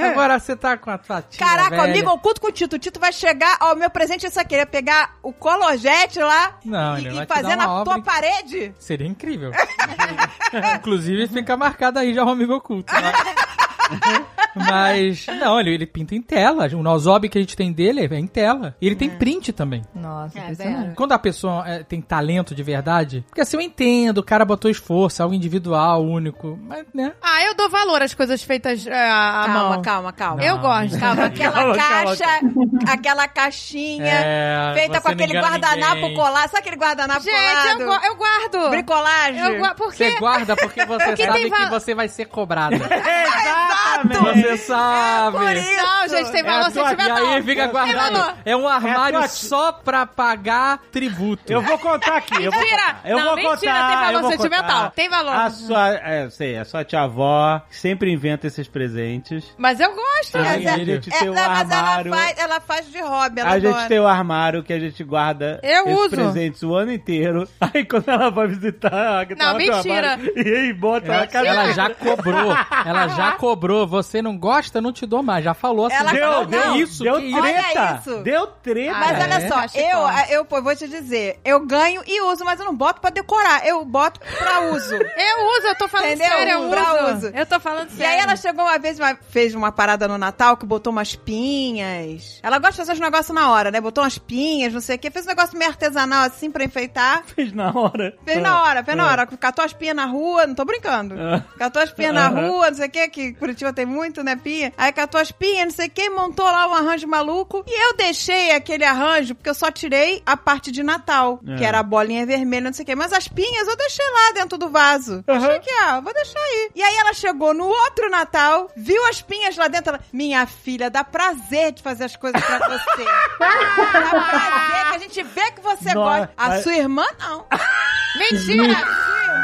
[SPEAKER 6] Agora você tá com a tua tia.
[SPEAKER 4] Caraca,
[SPEAKER 6] velha.
[SPEAKER 4] amigo oculto com o Tito. O Tito vai chegar, ó, o meu presente é isso aqui. Ele vai pegar o colorjete lá
[SPEAKER 6] Não,
[SPEAKER 4] e,
[SPEAKER 6] ele vai
[SPEAKER 4] e
[SPEAKER 6] te dar
[SPEAKER 4] fazer
[SPEAKER 6] uma
[SPEAKER 4] na
[SPEAKER 6] obra.
[SPEAKER 4] tua parede.
[SPEAKER 6] Seria incrível. Inclusive, fica marcado aí já o amigo oculto. né? Mas, não, ele, ele pinta em tela. O nozob que a gente tem dele é em tela. E ele tem print também.
[SPEAKER 3] Nossa,
[SPEAKER 4] É,
[SPEAKER 3] impressionante.
[SPEAKER 6] Quando a pessoa é, tem talento de verdade, porque assim eu entendo, o cara botou esforço, é algo individual, único, mas, né?
[SPEAKER 3] Ah, eu dou valor às coisas feitas é, à
[SPEAKER 4] Calma,
[SPEAKER 3] mão.
[SPEAKER 4] calma, calma.
[SPEAKER 3] Eu gosto.
[SPEAKER 4] Calma, aquela
[SPEAKER 2] Calma, calma,
[SPEAKER 4] caixa, aquela caixinha
[SPEAKER 6] É,
[SPEAKER 4] feita
[SPEAKER 6] você
[SPEAKER 4] com
[SPEAKER 6] não
[SPEAKER 4] aquele
[SPEAKER 6] engana
[SPEAKER 4] guardanapo
[SPEAKER 6] ninguém.
[SPEAKER 4] colado. Sabe aquele guardanapo
[SPEAKER 3] Gente, eu,
[SPEAKER 4] colado?
[SPEAKER 3] gu- eu guardo.
[SPEAKER 4] Bricolagem.
[SPEAKER 3] Eu guardo. Por quê?
[SPEAKER 6] Você guarda porque você
[SPEAKER 3] Porque
[SPEAKER 6] sabe
[SPEAKER 3] tem va-
[SPEAKER 6] que você vai ser cobrada.
[SPEAKER 2] Exatamente.
[SPEAKER 6] você sabe. É
[SPEAKER 3] Não, gente, tem valor
[SPEAKER 6] a
[SPEAKER 3] se
[SPEAKER 6] tua-
[SPEAKER 3] tiver
[SPEAKER 6] E aí
[SPEAKER 3] valor.
[SPEAKER 6] fica
[SPEAKER 3] Tem valor.
[SPEAKER 6] guardado. É um armário
[SPEAKER 2] É a tua-
[SPEAKER 6] só pra pagar tributo.
[SPEAKER 2] Eu vou contar aqui. eu vou
[SPEAKER 3] Mentira!
[SPEAKER 2] contar, Eu
[SPEAKER 3] Não,
[SPEAKER 2] vou
[SPEAKER 3] mentira,
[SPEAKER 2] contar.
[SPEAKER 3] tem valor
[SPEAKER 2] eu vou
[SPEAKER 3] sentimental,
[SPEAKER 2] contar.
[SPEAKER 3] tem valor.
[SPEAKER 2] A sua,
[SPEAKER 4] né?
[SPEAKER 2] é, eu sei, a sua tia-avó que sempre inventa esses presentes.
[SPEAKER 3] Mas eu gosto.
[SPEAKER 2] A
[SPEAKER 4] Mas é-
[SPEAKER 2] gente
[SPEAKER 4] É,
[SPEAKER 2] tem
[SPEAKER 4] não,
[SPEAKER 2] o
[SPEAKER 4] mas ela
[SPEAKER 2] armário.
[SPEAKER 4] faz, ela faz de hobby, ela
[SPEAKER 2] A gente
[SPEAKER 4] adora.
[SPEAKER 2] tem o armário que a gente guarda
[SPEAKER 3] Eu
[SPEAKER 2] esses
[SPEAKER 3] uso.
[SPEAKER 2] presentes o ano inteiro. Aí quando ela vai visitar, ela
[SPEAKER 3] Não,
[SPEAKER 2] abre o
[SPEAKER 3] mentira.
[SPEAKER 2] armário E aí bota
[SPEAKER 6] Ela,
[SPEAKER 2] a casa.
[SPEAKER 6] ela já cobrou. Ela já cobrou. Você não gosta, não te dou mais. Já falou assim.
[SPEAKER 4] Ela
[SPEAKER 2] Deu,
[SPEAKER 4] falou,
[SPEAKER 6] que
[SPEAKER 2] deu
[SPEAKER 4] não,
[SPEAKER 2] isso,
[SPEAKER 6] isso,
[SPEAKER 2] deu
[SPEAKER 6] que
[SPEAKER 4] olha
[SPEAKER 2] treta.
[SPEAKER 4] isso.
[SPEAKER 2] Deu treta.
[SPEAKER 4] Mas
[SPEAKER 6] Ah,
[SPEAKER 4] olha
[SPEAKER 6] é?
[SPEAKER 4] só, eu, eu pô, vou te dizer, eu ganho e uso, mas eu não boto pra decorar, eu boto pra uso.
[SPEAKER 3] Eu uso, eu tô falando
[SPEAKER 4] Entendeu?
[SPEAKER 3] sério, eu
[SPEAKER 4] Pra
[SPEAKER 3] uso.
[SPEAKER 4] uso.
[SPEAKER 3] Eu tô falando
[SPEAKER 4] E
[SPEAKER 3] sério.
[SPEAKER 4] aí ela chegou uma vez, uma- fez uma parada no Natal que botou umas pinhas. Ela gosta de fazer os negócios na hora, né? Botou umas pinhas, não sei o quê. Fez um negócio meio artesanal assim pra enfeitar.
[SPEAKER 2] fez na hora.
[SPEAKER 4] Fez na hora, fez na hora. Catou as pinhas na rua, não tô brincando.
[SPEAKER 2] Ah.
[SPEAKER 4] Catou as pinhas na
[SPEAKER 2] Aham.
[SPEAKER 4] rua, não sei o que, que Curitiba tem muito, né, pinha? Aí catou as pinhas, não sei o que, montou lá um arranjo maluco. E eu deixei aquele arranjo, porque eu só tirei a parte de Natal,
[SPEAKER 2] É.
[SPEAKER 4] que era a bolinha vermelha, não sei o que. Mas as pinhas eu deixei lá dentro do vaso.
[SPEAKER 2] Aham.
[SPEAKER 4] Achei que, ah, vou deixar aí. E aí ela chegou no outro Natal, viu as pinhas lá dentro, ela, minha filha, dá prazer de fazer as coisas pra você. dá prazer, que a gente vê que você
[SPEAKER 2] Nossa,
[SPEAKER 4] gosta. A
[SPEAKER 2] é, mas-
[SPEAKER 4] sua irmã, não.
[SPEAKER 3] Mentira!
[SPEAKER 4] Irmã,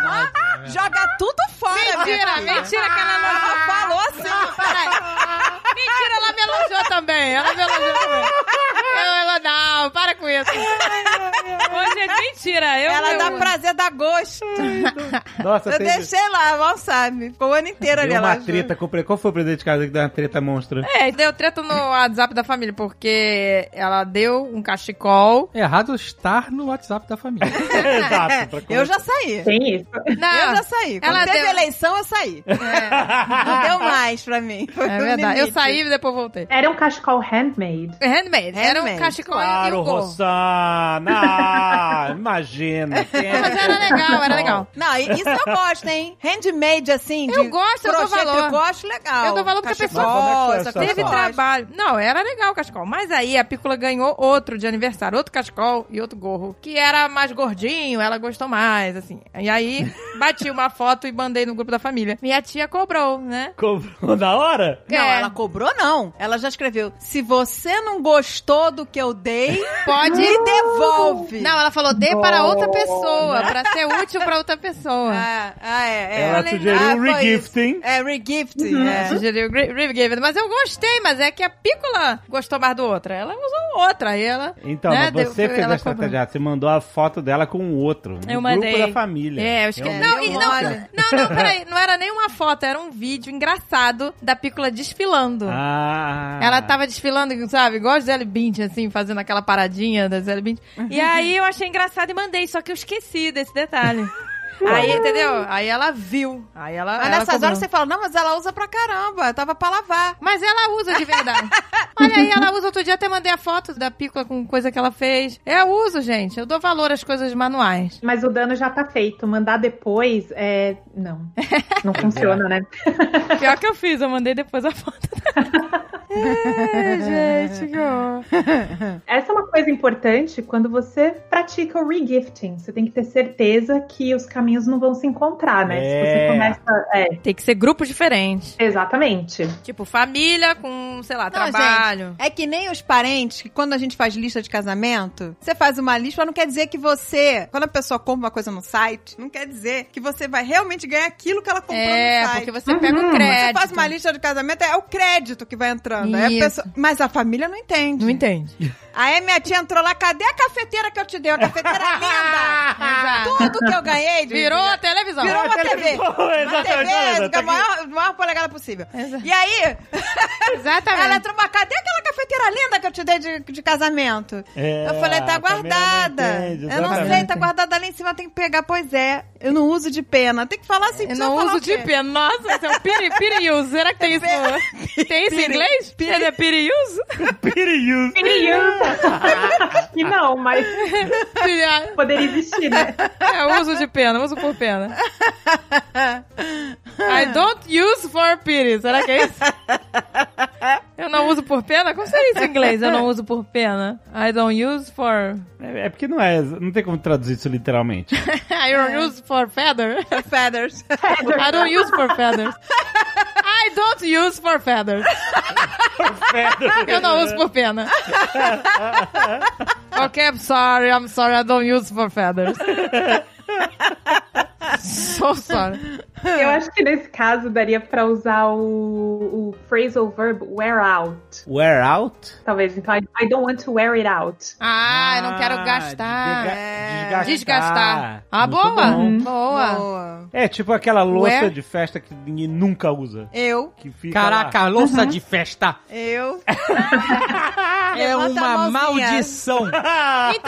[SPEAKER 4] Ah, joga tudo fora,
[SPEAKER 3] Mentira,
[SPEAKER 4] minha filha.
[SPEAKER 3] mentira que ela é elogiou.
[SPEAKER 4] Ela falou
[SPEAKER 3] Não,
[SPEAKER 4] assim.
[SPEAKER 3] peraí. Mentira, ela me elogiou também. Ela me elogiou também. Eu, ela, não, para com isso. Hoje é mentira. Eu,
[SPEAKER 4] Ela
[SPEAKER 3] eu
[SPEAKER 4] dá
[SPEAKER 3] uso.
[SPEAKER 4] prazer, dá gosto.
[SPEAKER 2] Nossa,
[SPEAKER 4] Eu
[SPEAKER 2] teve-
[SPEAKER 4] deixei lá, mal sabe. Ficou o ano inteiro ali.
[SPEAKER 2] deu
[SPEAKER 4] ela
[SPEAKER 2] uma
[SPEAKER 4] junto.
[SPEAKER 2] treta. com o pre- Qual foi o presente de casa que deu uma treta monstra?
[SPEAKER 3] É, deu treta no WhatsApp da família, porque ela deu um cachecol.
[SPEAKER 6] Errado estar no WhatsApp da família.
[SPEAKER 2] Exato. pra
[SPEAKER 4] Eu
[SPEAKER 2] começar.
[SPEAKER 4] já saí.
[SPEAKER 5] Tem isso.
[SPEAKER 4] Eu
[SPEAKER 3] Não, é
[SPEAKER 4] já saí. Quando
[SPEAKER 3] Ela
[SPEAKER 4] teve
[SPEAKER 3] deu-
[SPEAKER 4] eleição, eu saí. Não deu mais pra mim. Foi
[SPEAKER 3] é
[SPEAKER 4] o
[SPEAKER 3] verdade. Eu
[SPEAKER 4] limite.
[SPEAKER 3] saí e depois voltei.
[SPEAKER 5] Era um cachecol handmade.
[SPEAKER 3] Handmade. Era um
[SPEAKER 4] Handmade,
[SPEAKER 3] cachecol e
[SPEAKER 2] Claro,
[SPEAKER 3] um gorro.
[SPEAKER 2] Rossana! Ah, imagina! quem é
[SPEAKER 3] Mas
[SPEAKER 2] que-
[SPEAKER 3] era legal, era legal.
[SPEAKER 4] Não, e- isso eu gosto, hein? Handmade, assim, de
[SPEAKER 3] Eu gosto, eu dou
[SPEAKER 4] crochê,
[SPEAKER 3] valor.
[SPEAKER 4] Eu gosto, legal.
[SPEAKER 3] Eu dou valor porque a
[SPEAKER 2] pessoa-
[SPEAKER 4] Cachecol,
[SPEAKER 2] Mas como é que foi
[SPEAKER 4] essa
[SPEAKER 2] essa
[SPEAKER 4] coisa
[SPEAKER 3] Teve
[SPEAKER 4] eu
[SPEAKER 2] ação?
[SPEAKER 4] gosto.
[SPEAKER 3] trabalho. Não, era legal o cachecol. Mas aí a Pícola ganhou outro de aniversário, outro cachecol e outro gorro. Que era mais gordinho, ela gostou mais, assim. E aí bati uma foto e mandei no grupo da família. Minha tia cobrou, né?
[SPEAKER 2] Comprou na hora?
[SPEAKER 4] Não,
[SPEAKER 3] É.
[SPEAKER 4] ela cobrou, não. Ela já escreveu: se você não gostou do que eu dei,
[SPEAKER 3] Pode.
[SPEAKER 4] me devolve.
[SPEAKER 3] Não, ela falou, dê para outra pessoa, pra ser útil pra outra pessoa.
[SPEAKER 4] Ah, ah, é, é.
[SPEAKER 2] Ela
[SPEAKER 4] Eu
[SPEAKER 2] sugeriu
[SPEAKER 3] ah,
[SPEAKER 2] um
[SPEAKER 4] lembro-
[SPEAKER 2] Uhum.
[SPEAKER 4] foi
[SPEAKER 2] regifting.
[SPEAKER 4] isso. É, regifting. é.
[SPEAKER 3] Sugeriu Gri- Gri- Given. Mas eu gostei, mas é que a Pícola gostou mais do outra. Ela usou outra, aí ela.
[SPEAKER 2] Então,
[SPEAKER 3] né,
[SPEAKER 2] mas
[SPEAKER 3] deu-
[SPEAKER 2] você fez
[SPEAKER 3] ela
[SPEAKER 2] a
[SPEAKER 3] cobrou.
[SPEAKER 2] estratégia. Você mandou a foto dela com o outro. No
[SPEAKER 3] Eu mandei.
[SPEAKER 2] grupo da família.
[SPEAKER 3] É, eu esqueci.
[SPEAKER 2] Realmente. um
[SPEAKER 3] Não,
[SPEAKER 4] Eu
[SPEAKER 3] e não,
[SPEAKER 4] olho.
[SPEAKER 3] não, não, peraí. Não era nem uma foto, era um vídeo engraçado da Pícola desfilando.
[SPEAKER 2] Ah,
[SPEAKER 3] Ela tava desfilando, sabe, igual a Gisele Bündchen, assim, fazendo aquela paradinha da Gisele Bündchen. E aí eu achei engraçado e mandei, só que eu esqueci desse detalhe. aí, entendeu? Aí ela viu. Aí ela.
[SPEAKER 4] Mas
[SPEAKER 3] ela
[SPEAKER 4] nessas
[SPEAKER 3] cobrou.
[SPEAKER 4] horas você fala, não, mas ela usa pra caramba, tava pra lavar.
[SPEAKER 3] Mas ela usa de verdade. Olha aí, ela usa. Outro dia até mandei a foto da Pícola com coisa que ela fez. Eu uso, gente. Eu dou valor às coisas manuais.
[SPEAKER 5] Mas o dano já tá feito. Mandar depois é. Não. Não funciona, né?
[SPEAKER 3] Pior que eu fiz, eu mandei depois a foto. é, gente, que horror.
[SPEAKER 5] Essa é uma coisa importante quando você pratica o regifting. Você tem que ter certeza que os caminhos não vão se encontrar, né?
[SPEAKER 2] É.
[SPEAKER 5] Se você começa. É,
[SPEAKER 3] Tem que ser grupos diferentes.
[SPEAKER 5] exatamente.
[SPEAKER 3] Tipo, família com, sei lá, trabalho.
[SPEAKER 4] É que nem os parentes, que quando a gente faz lista de casamento, você faz uma lista, mas não quer dizer que você, quando a pessoa compra uma coisa no site, não quer dizer que você vai realmente ganhar aquilo que ela comprou
[SPEAKER 3] É,
[SPEAKER 4] no site.
[SPEAKER 3] porque você pega
[SPEAKER 4] Uhum.
[SPEAKER 3] o crédito.
[SPEAKER 4] Hum, Você faz uma lista de casamento, é o crédito que vai entrando. aí a
[SPEAKER 3] Isso.
[SPEAKER 4] pessoa- mas a família não entende.
[SPEAKER 3] Não entende.
[SPEAKER 4] Aí minha tia entrou lá, cadê a cafeteira que eu te dei? A cafeteira é linda! Tudo que eu ganhei de-
[SPEAKER 3] Virou a televisão.
[SPEAKER 4] Virou uma
[SPEAKER 2] Aquela
[SPEAKER 4] TV.
[SPEAKER 2] que- Pô,
[SPEAKER 4] Uma
[SPEAKER 2] exatamente, olha só,
[SPEAKER 4] TV,
[SPEAKER 2] tá
[SPEAKER 4] da
[SPEAKER 2] aqui.
[SPEAKER 4] maior, maior polegada possível.
[SPEAKER 3] Exato.
[SPEAKER 4] E aí,
[SPEAKER 3] Exatamente.
[SPEAKER 4] ela entrou, mas cadê aquela cafeteira linda que eu te dei de, de casamento?
[SPEAKER 2] É,
[SPEAKER 4] eu falei,
[SPEAKER 2] também
[SPEAKER 4] tá
[SPEAKER 2] não
[SPEAKER 4] guardada.
[SPEAKER 2] entende,
[SPEAKER 4] eu não sei,
[SPEAKER 2] exatamente.
[SPEAKER 4] tá guardada ali em cima, tem que pegar. Pois é, eu não uso de pena. Tem que falar assim,
[SPEAKER 3] Eu
[SPEAKER 4] precisa
[SPEAKER 3] não
[SPEAKER 4] falar
[SPEAKER 3] uso
[SPEAKER 4] o
[SPEAKER 3] de
[SPEAKER 4] quê?
[SPEAKER 3] pena. Nossa, você é um piri, piri use. Será que tem isso? Tem isso em
[SPEAKER 4] Piri-
[SPEAKER 3] inglês?
[SPEAKER 4] piri-
[SPEAKER 3] Ele é piri use?
[SPEAKER 2] Perius.
[SPEAKER 5] e não, mas
[SPEAKER 3] Piri- ah,
[SPEAKER 5] poderia existir, né?
[SPEAKER 3] É uso de pena, uso por pena. I don't use for pity. Será que é isso? Eu não uso por pena? Como seria isso em inglês? Eu não uso por pena. I don't use for...
[SPEAKER 2] É, é porque não é, não tem como traduzir isso literalmente.
[SPEAKER 3] I don't use for feather.
[SPEAKER 4] Feathers.
[SPEAKER 3] I don't use for feathers. I don't use for feathers. Eu não uso por pena. ok, I'm sorry, I'm sorry, I don't use for feathers. so sorry.
[SPEAKER 5] Eu acho que nesse caso daria pra usar o, o phrasal verb wear out.
[SPEAKER 2] Wear out?
[SPEAKER 5] Talvez, então, I- I don't want to wear it out.
[SPEAKER 3] Ah, eu não quero gastar. É.
[SPEAKER 2] desga- Desgastar.
[SPEAKER 3] Desgastar. Ah,
[SPEAKER 2] Muito
[SPEAKER 3] boa.
[SPEAKER 2] bom.
[SPEAKER 3] Boa.
[SPEAKER 4] Boa.
[SPEAKER 2] É tipo aquela louça
[SPEAKER 3] Wear-
[SPEAKER 2] de festa que ninguém nunca usa.
[SPEAKER 4] Eu,
[SPEAKER 2] Que fica
[SPEAKER 6] Caraca,
[SPEAKER 2] lá.
[SPEAKER 6] a louça de festa
[SPEAKER 4] eu.
[SPEAKER 6] é
[SPEAKER 4] Levanta a
[SPEAKER 6] uma
[SPEAKER 4] mãozinha.
[SPEAKER 6] maldição.
[SPEAKER 3] Então,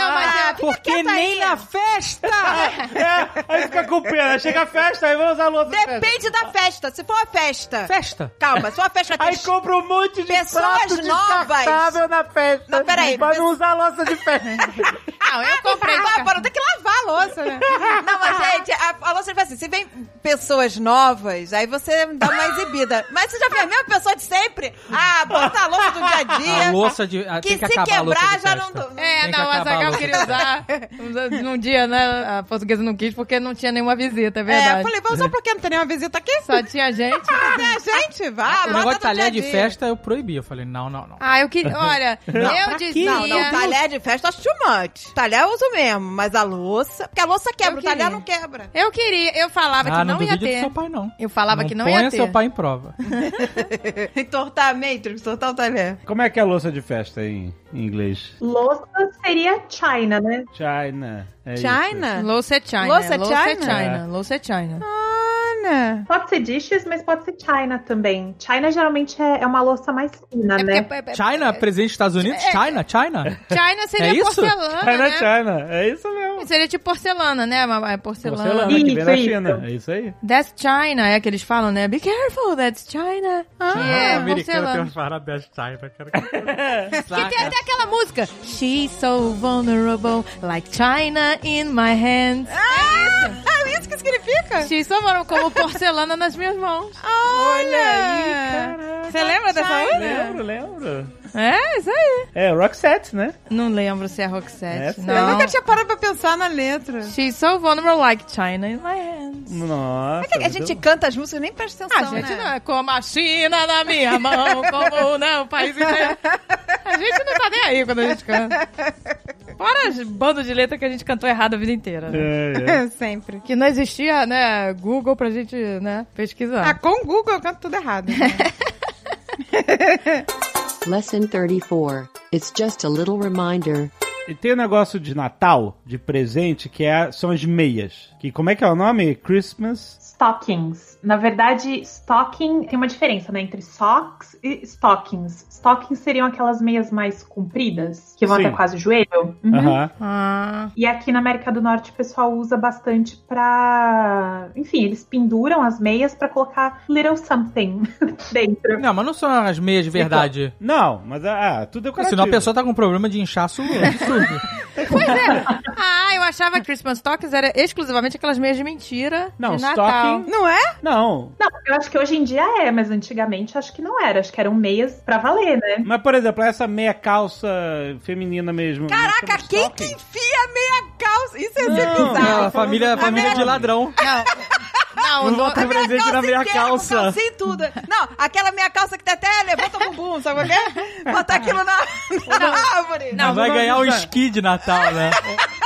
[SPEAKER 4] é Ah.
[SPEAKER 3] mas eu...
[SPEAKER 6] Porque nem na festa!
[SPEAKER 2] É, aí fica com pena. Chega a festa, aí vamos usar a louça de festa.
[SPEAKER 4] Depende da festa. Se for uma festa.
[SPEAKER 6] festa!
[SPEAKER 4] Calma, se for uma festa
[SPEAKER 2] Aí
[SPEAKER 4] tem
[SPEAKER 2] compra um monte de
[SPEAKER 4] Pessoas
[SPEAKER 2] prato
[SPEAKER 4] novas.
[SPEAKER 2] descartável na festa.
[SPEAKER 4] Não, peraí,
[SPEAKER 2] Pra
[SPEAKER 4] pessoa-
[SPEAKER 2] não usar a louça de festa.
[SPEAKER 3] Não, eu comprei.
[SPEAKER 4] Não, para, Ah, tem que lavar a louça, né? Não, mas, gente, a, a louça, tipo assim, se vem pessoas novas, aí você dá uma exibida. Mas você já vê a mesma pessoa de sempre? Ah, bota a louça do dia a dia.
[SPEAKER 6] A louça de. ah,
[SPEAKER 4] é que
[SPEAKER 6] tem que
[SPEAKER 4] se
[SPEAKER 6] acabar a louça
[SPEAKER 4] quebrar
[SPEAKER 6] de
[SPEAKER 4] já
[SPEAKER 6] festa.
[SPEAKER 4] não-
[SPEAKER 3] É,
[SPEAKER 6] Tem que
[SPEAKER 3] não, a
[SPEAKER 6] acabar a
[SPEAKER 3] Zagal
[SPEAKER 6] louça.
[SPEAKER 3] queria usar. Num dia, né? A portuguesa não quis porque não tinha nenhuma visita, é verdade.
[SPEAKER 4] É, eu falei, vamos só porque não tem nenhuma visita aqui?
[SPEAKER 3] Só tinha gente.
[SPEAKER 4] Cadê a gente? Vá,
[SPEAKER 6] O
[SPEAKER 4] bota
[SPEAKER 6] negócio
[SPEAKER 4] do
[SPEAKER 6] de talher
[SPEAKER 4] dia a
[SPEAKER 6] de
[SPEAKER 4] dia.
[SPEAKER 6] festa eu proibi. Eu falei, não, não, não.
[SPEAKER 3] Ah, eu queria. Olha, eu
[SPEAKER 6] pra quê?
[SPEAKER 3] dizia.
[SPEAKER 4] Não, tá, né? não, talher de festa eu acho too much. Talher eu uso mesmo, mas a louça... Porque a louça quebra,
[SPEAKER 3] Eu
[SPEAKER 4] o talher
[SPEAKER 3] queria.
[SPEAKER 4] não quebra.
[SPEAKER 3] Eu queria, eu falava
[SPEAKER 6] Ah,
[SPEAKER 3] que
[SPEAKER 6] não
[SPEAKER 3] não ia
[SPEAKER 6] duvide do
[SPEAKER 3] ter.
[SPEAKER 6] seu pai, não.
[SPEAKER 3] Eu falava que não
[SPEAKER 6] ponha
[SPEAKER 3] ia ter.
[SPEAKER 6] seu pai em prova.
[SPEAKER 4] Entortar a Matrix, entortar o talher.
[SPEAKER 2] Como é que é a louça de festa em inglês?
[SPEAKER 5] Louça seria China, né?
[SPEAKER 2] China. é isso.
[SPEAKER 4] China?
[SPEAKER 3] Louça é China.
[SPEAKER 4] Louça é
[SPEAKER 3] Louça é
[SPEAKER 4] China?
[SPEAKER 3] China. Louça é China.
[SPEAKER 4] China.
[SPEAKER 5] Pode ser dishes, mas pode ser China também. China geralmente é, é uma louça mais fina,
[SPEAKER 3] É
[SPEAKER 5] né?
[SPEAKER 3] porque- é- é-
[SPEAKER 6] China, presidente dos Estados Unidos? China, China.
[SPEAKER 3] China
[SPEAKER 6] É
[SPEAKER 3] seria
[SPEAKER 6] isso?
[SPEAKER 3] porcelana,
[SPEAKER 2] China,
[SPEAKER 3] né?
[SPEAKER 2] China. É isso mesmo.
[SPEAKER 3] Seria tipo porcelana, né? Uma- uma Porcelana.
[SPEAKER 2] Porcelana que vem
[SPEAKER 5] Isso,
[SPEAKER 2] da
[SPEAKER 5] isso.
[SPEAKER 2] China. É isso aí.
[SPEAKER 3] That's China, é que eles falam, né? Be careful, that's China. que é porcelana.
[SPEAKER 6] paradas da China, cara. que
[SPEAKER 3] Tem é até aquela música. She's so vulnerable, like China in my hands.
[SPEAKER 4] Ah, isso que significa?
[SPEAKER 3] She's so vulnerable, como porcelana nas minhas mãos.
[SPEAKER 4] Olha! Você lembra dessa música?
[SPEAKER 2] Lembro, lembro.
[SPEAKER 3] É, isso aí.
[SPEAKER 2] É, Roxette, né?
[SPEAKER 3] Não lembro se é Roxette.
[SPEAKER 2] Essa?
[SPEAKER 4] Eu
[SPEAKER 3] não.
[SPEAKER 4] nunca tinha parado pra pensar na letra.
[SPEAKER 3] She's so vulnerable like China in my hands.
[SPEAKER 2] Nossa.
[SPEAKER 4] A
[SPEAKER 2] muito
[SPEAKER 4] gente canta as músicas e nem presta
[SPEAKER 3] A
[SPEAKER 4] atenção,
[SPEAKER 3] gente
[SPEAKER 4] né?
[SPEAKER 3] não é como a China na minha mão, como não, o país inteiro. A gente não tá nem aí quando a gente canta. Fora as bandas de letra que a gente cantou errado a vida inteira. né?
[SPEAKER 2] É, é.
[SPEAKER 4] Sempre.
[SPEAKER 3] Que não existia, né, Google pra gente, né,
[SPEAKER 4] Ah,
[SPEAKER 3] pesquisar.
[SPEAKER 4] com o Google eu canto tudo errado.
[SPEAKER 8] Lesson 34. It's just a little reminder.
[SPEAKER 2] E tem um negócio de Natal, de presente, que é, são as meias. Que como é que é o nome? Christmas?
[SPEAKER 5] Stockings. Na verdade, stocking tem uma diferença, né? Entre socks e stockings. Stockings seriam aquelas meias mais compridas, que vão
[SPEAKER 2] Sim.
[SPEAKER 5] até quase o joelho. Uhum.
[SPEAKER 2] Aham.
[SPEAKER 3] Ah,
[SPEAKER 5] E aqui na América do Norte o pessoal usa bastante pra. Enfim, eles penduram as meias pra colocar little something dentro.
[SPEAKER 6] Não, mas não são as meias de verdade.
[SPEAKER 2] Não, mas ah, tudo é
[SPEAKER 6] Porque
[SPEAKER 2] decorativo.
[SPEAKER 6] senão a pessoa tá com problema de inchaço um absurdo.
[SPEAKER 3] ah, eu achava que Christmas Talks era exclusivamente aquelas meias de mentira
[SPEAKER 2] Não,
[SPEAKER 3] de Natal.
[SPEAKER 2] stocking-
[SPEAKER 4] não é?
[SPEAKER 2] Não,
[SPEAKER 5] Não, eu acho que hoje em dia é, mas antigamente eu acho que não era. Acho que eram meias pra valer, né?
[SPEAKER 2] mas por exemplo, essa meia calça feminina mesmo. né?
[SPEAKER 4] Caraca,
[SPEAKER 2] Christmas
[SPEAKER 4] quem que
[SPEAKER 2] stocking?
[SPEAKER 4] enfia meia calça? Isso é ser
[SPEAKER 2] Não,
[SPEAKER 4] bizarro.
[SPEAKER 6] a família, a família é de ladrão.
[SPEAKER 3] Não,
[SPEAKER 6] Não
[SPEAKER 3] não,
[SPEAKER 6] bota Tá presente na meia
[SPEAKER 4] inteira, com
[SPEAKER 6] calça.
[SPEAKER 4] calcinha e um tudo. Não, aquela meia calça que tá até levanta o bumbum, sabe o quê? Botar aquilo na, na árvore.
[SPEAKER 3] Não,
[SPEAKER 6] Vai
[SPEAKER 2] vamos
[SPEAKER 6] ganhar o
[SPEAKER 2] avisar.
[SPEAKER 6] esqui de Natal, né?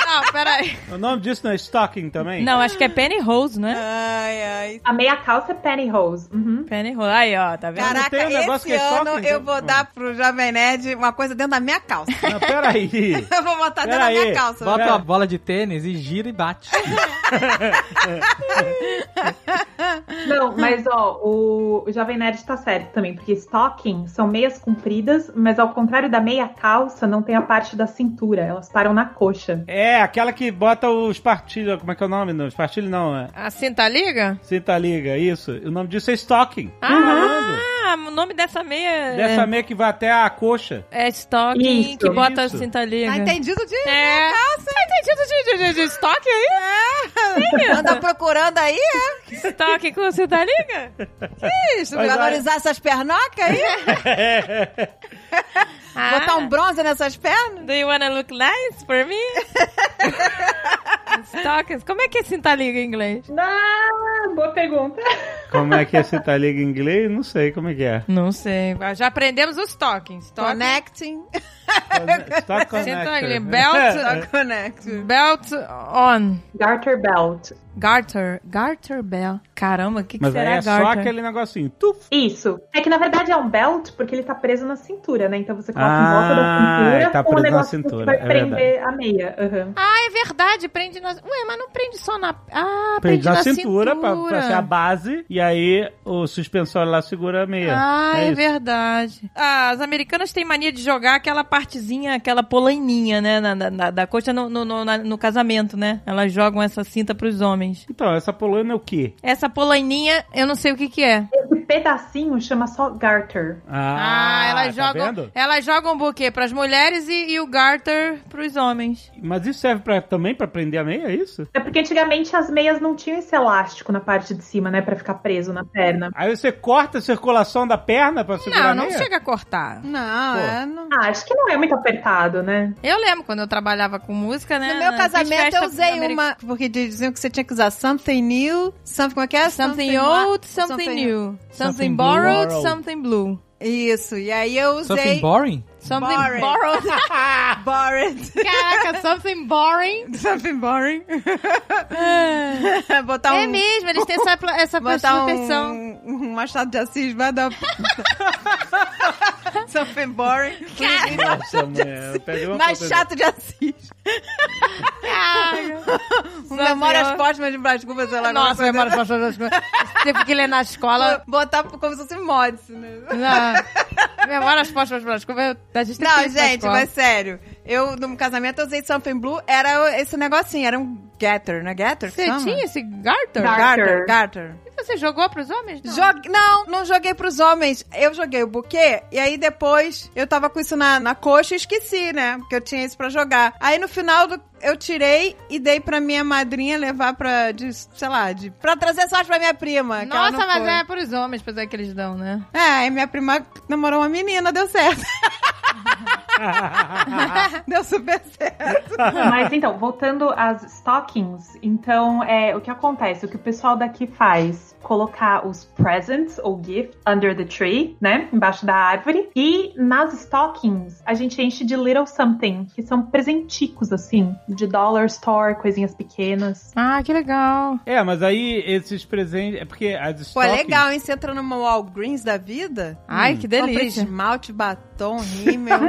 [SPEAKER 3] Não, peraí.
[SPEAKER 2] O nome disso não é stocking também?
[SPEAKER 3] Não, acho que é Penny Rose, né?
[SPEAKER 4] Ai, ai.
[SPEAKER 5] A meia calça é pennyhose. Uhum.
[SPEAKER 3] Penny Rose. Aí, ó, tá vendo?
[SPEAKER 4] Caraca,
[SPEAKER 2] tem um negócio
[SPEAKER 4] esse
[SPEAKER 2] que é
[SPEAKER 4] ano
[SPEAKER 2] stocking?
[SPEAKER 4] eu vou dar pro Jovem Nerd uma coisa dentro da minha calça.
[SPEAKER 2] Não, peraí.
[SPEAKER 4] eu vou botar dentro da
[SPEAKER 2] Peraí,
[SPEAKER 4] minha calça.
[SPEAKER 6] Bota
[SPEAKER 2] Cara.
[SPEAKER 6] a bola de tênis e gira e bate.
[SPEAKER 5] Não, mas ó, o, o Jovem Nerd tá certo também, porque stocking são meias compridas, mas ao contrário da meia calça, não tem a parte da cintura, elas param na coxa.
[SPEAKER 2] É, aquela que bota os partilhos. Como é que é o nome? Não, os partilhos não, é.
[SPEAKER 3] Assim tá A cinta liga?
[SPEAKER 2] Cinta liga, isso. O nome disso é stocking. Malandro.
[SPEAKER 3] Ah, o nome dessa meia
[SPEAKER 2] Dessa meia que vai até a coxa.
[SPEAKER 3] é, é stocking
[SPEAKER 5] Isso,
[SPEAKER 3] que bota
[SPEAKER 2] isso.
[SPEAKER 3] a cinta liga.
[SPEAKER 4] Tá
[SPEAKER 2] né?
[SPEAKER 4] entendido de
[SPEAKER 3] É. Tá entendido de, de, de, de estoque aí?
[SPEAKER 4] Anda procurando aí, é?
[SPEAKER 3] Estoque com cinta liga?
[SPEAKER 4] Isso,
[SPEAKER 2] Mas
[SPEAKER 4] valorizar essas pernocas aí?
[SPEAKER 3] Ah.
[SPEAKER 4] Botar um bronze nessas pernas?
[SPEAKER 3] Do you wanna look nice for me? Stockings. Como é que é cinta liga em inglês?
[SPEAKER 5] Ah, boa pergunta.
[SPEAKER 2] Como é que é cinta liga em inglês? Não sei como é que é.
[SPEAKER 3] Não sei. Já aprendemos os stockings. Stocking.
[SPEAKER 4] Connecting.
[SPEAKER 2] Stock
[SPEAKER 3] Cinta
[SPEAKER 2] connector.
[SPEAKER 3] liga.
[SPEAKER 4] É
[SPEAKER 2] É.
[SPEAKER 3] Belt,
[SPEAKER 4] Connecting.
[SPEAKER 3] belt on.
[SPEAKER 5] Garter belt.
[SPEAKER 3] Garter. Garter bell. Caramba, o que, que
[SPEAKER 2] Mas aí
[SPEAKER 3] será
[SPEAKER 2] é
[SPEAKER 3] garter?
[SPEAKER 2] só aquele negocinho. Tuf.
[SPEAKER 5] Isso. É que na verdade é um belt porque ele tá preso na cintura, né? Então você coloca em
[SPEAKER 2] Ah,
[SPEAKER 5] volta da
[SPEAKER 2] ele
[SPEAKER 5] cintura
[SPEAKER 2] tá
[SPEAKER 5] com o
[SPEAKER 2] preso na
[SPEAKER 5] negócio
[SPEAKER 2] cintura,
[SPEAKER 5] que vai
[SPEAKER 2] é
[SPEAKER 5] prender a meia. Uhum.
[SPEAKER 3] Ah, é verdade. Prende na... Ué, mas não prende só na... Ah, prende,
[SPEAKER 2] Prende na cintura, Pra,
[SPEAKER 3] cintura.
[SPEAKER 2] pra ser a base. E aí o suspensório lá segura a meia.
[SPEAKER 3] Ah, é,
[SPEAKER 2] isso.
[SPEAKER 3] verdade. Ah, as americanas têm mania de jogar aquela partezinha, aquela polaininha, né? Na, na- na- da coxa no, no, no- na- no casamento, né? Elas jogam essa cinta pros homens.
[SPEAKER 2] Então, essa polônia é o quê?
[SPEAKER 3] Essa polaininha, eu não sei o que que é.
[SPEAKER 5] Esse pedacinho chama só garter.
[SPEAKER 3] Ah, elas
[SPEAKER 2] tá
[SPEAKER 3] jogam.
[SPEAKER 2] vendo?
[SPEAKER 3] Elas jogam o buquê pras mulheres e, e o garter pros homens.
[SPEAKER 2] Mas isso serve pra, também pra prender a meia, é isso?
[SPEAKER 5] É porque antigamente as meias não tinham esse elástico na parte de cima, né? Pra ficar preso na perna.
[SPEAKER 2] Aí você corta a circulação da perna pra segurar
[SPEAKER 3] Não,
[SPEAKER 2] a meia?
[SPEAKER 3] não chega a cortar.
[SPEAKER 4] Não,
[SPEAKER 2] Pô.
[SPEAKER 4] é. Não...
[SPEAKER 5] Ah, acho que não é muito apertado, né?
[SPEAKER 3] Eu lembro quando eu trabalhava com música, né?
[SPEAKER 4] No meu
[SPEAKER 3] na- fiz
[SPEAKER 4] casamento
[SPEAKER 3] festa
[SPEAKER 4] eu usei
[SPEAKER 3] ameri-
[SPEAKER 4] uma, porque diziam que você tinha que usar something new, something como é que é?
[SPEAKER 3] Something
[SPEAKER 4] wa-
[SPEAKER 3] old, something, new. Something,
[SPEAKER 6] Something
[SPEAKER 3] borrowed,
[SPEAKER 2] borrowed.
[SPEAKER 3] something blue.
[SPEAKER 4] Isso, e aí eu
[SPEAKER 6] Something
[SPEAKER 4] usei
[SPEAKER 6] boring?
[SPEAKER 3] Something
[SPEAKER 4] Borrowed.
[SPEAKER 3] borrowed.
[SPEAKER 4] borrowed.
[SPEAKER 3] Caraca, something boring.
[SPEAKER 4] something boring. Botar
[SPEAKER 3] É
[SPEAKER 4] um
[SPEAKER 3] mesmo, eles têm essa, pla- essa
[SPEAKER 4] botar
[SPEAKER 3] versão.
[SPEAKER 4] um, um machado de assis vai dar something boring.
[SPEAKER 2] Nossa, mulher, eu peguei uma
[SPEAKER 4] Mais
[SPEAKER 2] foto-
[SPEAKER 4] chato de assis. Um Memórias póstumas de Brás Cubas, sei lá.
[SPEAKER 3] Nossa,
[SPEAKER 4] alguma
[SPEAKER 3] memórias
[SPEAKER 4] coisa.
[SPEAKER 3] póstumas. Teve que ler na escola.
[SPEAKER 4] Botar como se fosse módice, né?
[SPEAKER 3] Na... Memórias póstumas, desculpa. A gente tem que
[SPEAKER 4] Não,
[SPEAKER 3] ler isso na
[SPEAKER 4] gente,
[SPEAKER 3] escola.
[SPEAKER 4] mas sério. Eu, no casamento, eu usei Something Blue. Era esse negocinho, era um getter, né? Getter? que
[SPEAKER 3] Você
[SPEAKER 4] chama?
[SPEAKER 3] tinha esse garter?
[SPEAKER 5] Gar-
[SPEAKER 4] Garter, garter.
[SPEAKER 3] E Você jogou pros homens? Não.
[SPEAKER 4] Jogue... Não, não joguei pros homens. Eu joguei o buquê e aí depois eu tava com isso na, na coxa e esqueci, né? Porque eu tinha isso pra jogar. Aí no final do- eu tirei e dei pra minha madrinha levar pra, de, sei lá, de, pra trazer sorte pra minha prima. que ela
[SPEAKER 3] Nossa,
[SPEAKER 4] não
[SPEAKER 3] mas
[SPEAKER 4] foi.
[SPEAKER 3] é pros homens, pois é que eles dão, né?
[SPEAKER 4] É, aí minha prima namorou uma menina, deu certo. deu super certo.
[SPEAKER 5] Mas então, voltando às stockings, então é o que acontece, o que o pessoal daqui faz, colocar os presents ou gift under the tree, né, embaixo da árvore, e nas stockings a gente enche de little something, que são presenticos assim, de dollar store, coisinhas pequenas.
[SPEAKER 3] Ah, que legal.
[SPEAKER 2] É, mas aí esses presentes. É porque as
[SPEAKER 4] Pô,
[SPEAKER 2] stocking...
[SPEAKER 4] é legal, hein? Você entra numa Walgreens da vida. Hum,
[SPEAKER 3] Ai, que
[SPEAKER 4] Compra
[SPEAKER 3] delícia.
[SPEAKER 4] esmalte, batom, rímel.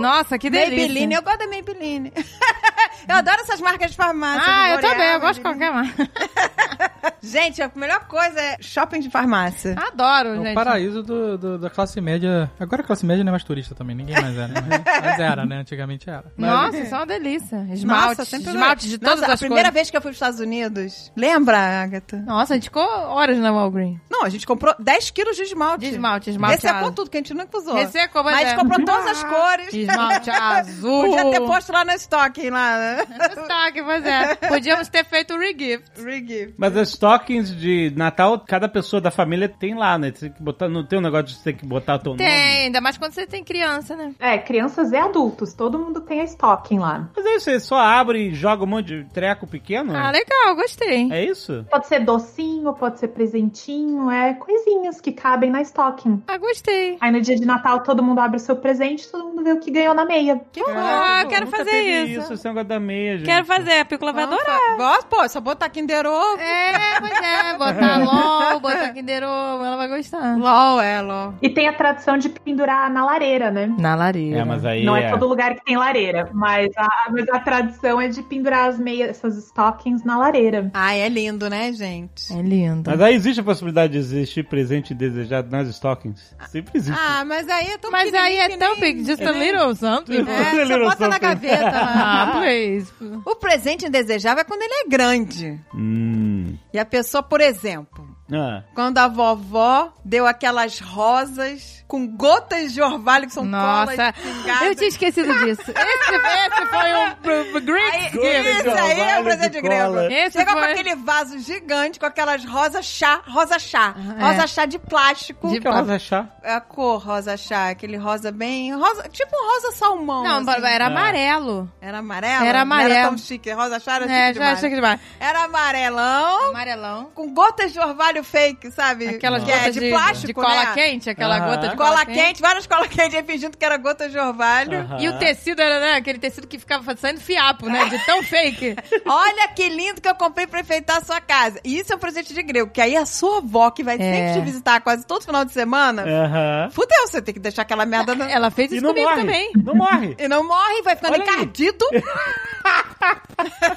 [SPEAKER 3] Nossa, que delícia.
[SPEAKER 4] Maybelline, é eu gosto da Maybelline. eu adoro essas marcas de farmácia.
[SPEAKER 3] Ah, eu
[SPEAKER 4] L'Oreal,
[SPEAKER 3] também, eu gosto de
[SPEAKER 4] Maybelline.
[SPEAKER 3] qualquer marca.
[SPEAKER 4] Gente, a melhor coisa é shopping de
[SPEAKER 3] Ah,
[SPEAKER 4] farmácia.
[SPEAKER 3] Adoro,
[SPEAKER 6] É o
[SPEAKER 3] gente.
[SPEAKER 6] paraíso do, do- da classe média. Agora a classe média não é mais turista também, ninguém mais é, né? Mas era, né? Antigamente era. Mas-
[SPEAKER 3] Nossa, isso é uma delícia. Esmalte,
[SPEAKER 4] Nossa, sempre
[SPEAKER 3] esmalte de todas
[SPEAKER 4] Nossa,
[SPEAKER 3] as
[SPEAKER 4] a primeira
[SPEAKER 3] cores.
[SPEAKER 4] vez que eu fui pros Estados Unidos, lembra, Agatha?
[SPEAKER 3] Nossa, a gente ficou horas na Walgreens.
[SPEAKER 4] Não, a gente comprou 10 quilos de esmalte.
[SPEAKER 3] De esmalte, esmalte
[SPEAKER 4] Ressecou
[SPEAKER 3] azul.
[SPEAKER 4] tudo, que a gente nunca usou.
[SPEAKER 3] Ressecou,
[SPEAKER 4] Mas
[SPEAKER 3] mas
[SPEAKER 4] a gente
[SPEAKER 3] é.
[SPEAKER 4] comprou todas as cores.
[SPEAKER 3] Esmalte azul.
[SPEAKER 4] Podia ter posto lá no estoque, lá.
[SPEAKER 3] Estoque, pois é. Podíamos ter feito o regift.
[SPEAKER 4] Rig.
[SPEAKER 2] Mas as stockings de Natal, cada pessoa da família tem lá, né? Tem que botar, não tem um negócio de você ter que botar teu nome.
[SPEAKER 3] Hum. Tem, ainda mais quando você tem criança, né?
[SPEAKER 5] É, crianças e adultos, todo mundo tem a stocking lá.
[SPEAKER 2] Mas aí que você só abre e joga um monte de treco pequeno?
[SPEAKER 3] Ah, legal, gostei.
[SPEAKER 2] é isso?
[SPEAKER 5] Pode ser docinho, pode ser presentinho, é coisinhas que cabem na stocking.
[SPEAKER 3] Ah, gostei.
[SPEAKER 5] Aí no dia de Natal todo mundo abre o seu presente, todo mundo vê o que ganhou na meia.
[SPEAKER 3] Que bom, ah, eu quero
[SPEAKER 2] nunca
[SPEAKER 3] fazer
[SPEAKER 2] teve
[SPEAKER 3] isso.
[SPEAKER 2] Esse negócio da meia, gente.
[SPEAKER 3] Quero fazer, a Pícola vai adorar.
[SPEAKER 4] Gosto, pô, só botar Kinder Ovo.
[SPEAKER 3] É, pois é, botar LOL, botar Kinder Ovo, ela vai gostar.
[SPEAKER 4] LOL, é, LOL.
[SPEAKER 5] E tem a tradição de pendurar na lareira, né?
[SPEAKER 3] Na lareira.
[SPEAKER 2] É, mas aí.
[SPEAKER 5] Não é todo lugar que tem lareira, mas a, mas a tradição é de pendurar as meias, essas stockings na lareira.
[SPEAKER 4] Ai, é lindo, né, gente?
[SPEAKER 3] É lindo.
[SPEAKER 2] Mas aí existe a possibilidade de existir presente desejado nas stockings? Sempre existe.
[SPEAKER 4] Ah, mas aí é tão
[SPEAKER 3] Uhum. Mas aí é tão big, just a little something.
[SPEAKER 4] É, só bota
[SPEAKER 2] assim.
[SPEAKER 4] na gaveta lá.
[SPEAKER 3] Ah, please.
[SPEAKER 4] O presente indesejável é quando ele é grande.
[SPEAKER 2] Hum.
[SPEAKER 4] E a pessoa, por exemplo,
[SPEAKER 2] Ah.
[SPEAKER 4] quando a vovó deu aquelas rosas com gotas de orvalho que são
[SPEAKER 3] Nossa,
[SPEAKER 4] colas pingadas.
[SPEAKER 3] eu tinha esquecido disso. Esse, esse foi um pro-
[SPEAKER 4] Aí,
[SPEAKER 3] Greek gift.
[SPEAKER 4] isso aí é
[SPEAKER 2] orvalho
[SPEAKER 4] um presente
[SPEAKER 2] de
[SPEAKER 4] de
[SPEAKER 2] cola.
[SPEAKER 4] grego.
[SPEAKER 3] Esse
[SPEAKER 4] Chega com
[SPEAKER 3] foi-
[SPEAKER 4] aquele vaso gigante com aquelas rosa chá, rosa chá,
[SPEAKER 3] Ah,
[SPEAKER 4] rosa
[SPEAKER 3] é.
[SPEAKER 4] chá de plástico.
[SPEAKER 3] De
[SPEAKER 2] O que é o rosa chá?
[SPEAKER 4] É a cor rosa chá, aquele rosa bem. Rosa, tipo um rosa salmão.
[SPEAKER 3] Não,
[SPEAKER 4] assim.
[SPEAKER 3] era
[SPEAKER 2] Ah.
[SPEAKER 3] amarelo.
[SPEAKER 4] Era amarelo?
[SPEAKER 3] Era
[SPEAKER 4] Não
[SPEAKER 3] amarelo.
[SPEAKER 4] era tão chique. Rosa chá era
[SPEAKER 3] É,
[SPEAKER 4] chique
[SPEAKER 3] já
[SPEAKER 4] demais.
[SPEAKER 3] achei que demais.
[SPEAKER 4] Era amarelão,
[SPEAKER 3] Amarelão.
[SPEAKER 4] com gotas de orvalho fake, sabe?
[SPEAKER 3] Aquelas
[SPEAKER 4] que é
[SPEAKER 3] gotas
[SPEAKER 4] de, plástico,
[SPEAKER 3] de cola
[SPEAKER 4] né?
[SPEAKER 3] quente, aquela
[SPEAKER 2] Ah. Aham.
[SPEAKER 3] gota de
[SPEAKER 4] Cola quente, várias cola quente aí fingindo que era gotas de orvalho.
[SPEAKER 2] Aham.
[SPEAKER 3] E o tecido era, né, aquele tecido que ficava saindo fiapo, né, de tão fake.
[SPEAKER 4] Olha que lindo que eu comprei pra enfeitar a sua casa. E isso é um presente de grego, que aí a sua avó, que vai
[SPEAKER 3] É.
[SPEAKER 4] sempre te visitar quase todo final de semana,
[SPEAKER 2] Aham.
[SPEAKER 4] fudeu, você tem que deixar aquela merda... na-
[SPEAKER 3] Ela fez
[SPEAKER 2] E
[SPEAKER 3] isso
[SPEAKER 2] não
[SPEAKER 3] comigo
[SPEAKER 2] morre.
[SPEAKER 3] também.
[SPEAKER 2] Não morre.
[SPEAKER 4] E não morre, vai ficando
[SPEAKER 2] Olha aí.
[SPEAKER 4] encardido.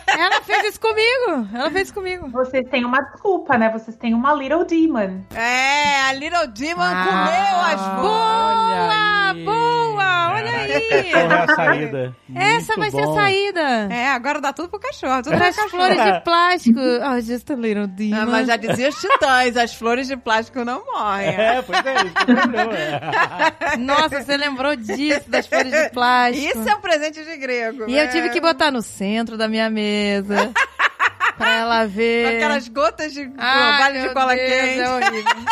[SPEAKER 3] Ela fez isso comigo. Ela fez isso comigo.
[SPEAKER 5] Vocês têm uma desculpa, né? Vocês têm uma Little Demon.
[SPEAKER 4] É, a Little Demon
[SPEAKER 3] Ah.
[SPEAKER 4] comeu as boas.
[SPEAKER 3] Boa, Ah, boa,
[SPEAKER 6] Olha aí.
[SPEAKER 3] olha aí.
[SPEAKER 2] Essa é a saída.
[SPEAKER 3] Essa
[SPEAKER 2] Muito
[SPEAKER 3] vai ser a
[SPEAKER 2] bom.
[SPEAKER 3] saída.
[SPEAKER 4] É, agora dá tudo pro cachorro, tudo pra
[SPEAKER 3] Traz
[SPEAKER 4] É, cachorro.
[SPEAKER 3] flores de plástico. Oh, just a little demon.
[SPEAKER 4] Ah, mas já dizia os titãs, as flores de plástico não morrem.
[SPEAKER 2] É, pois é, isso que eu lembro, é.
[SPEAKER 3] Nossa, você lembrou disso, das flores de plástico.
[SPEAKER 4] Isso é um presente de grego.
[SPEAKER 3] E
[SPEAKER 4] né?
[SPEAKER 3] eu tive que botar no centro da minha mesa. pra ela
[SPEAKER 4] Com
[SPEAKER 3] ver.
[SPEAKER 4] Aquelas gotas de
[SPEAKER 3] Ai,
[SPEAKER 4] vale de
[SPEAKER 3] meu
[SPEAKER 4] cola
[SPEAKER 3] Deus,
[SPEAKER 4] quente.
[SPEAKER 3] É horrível.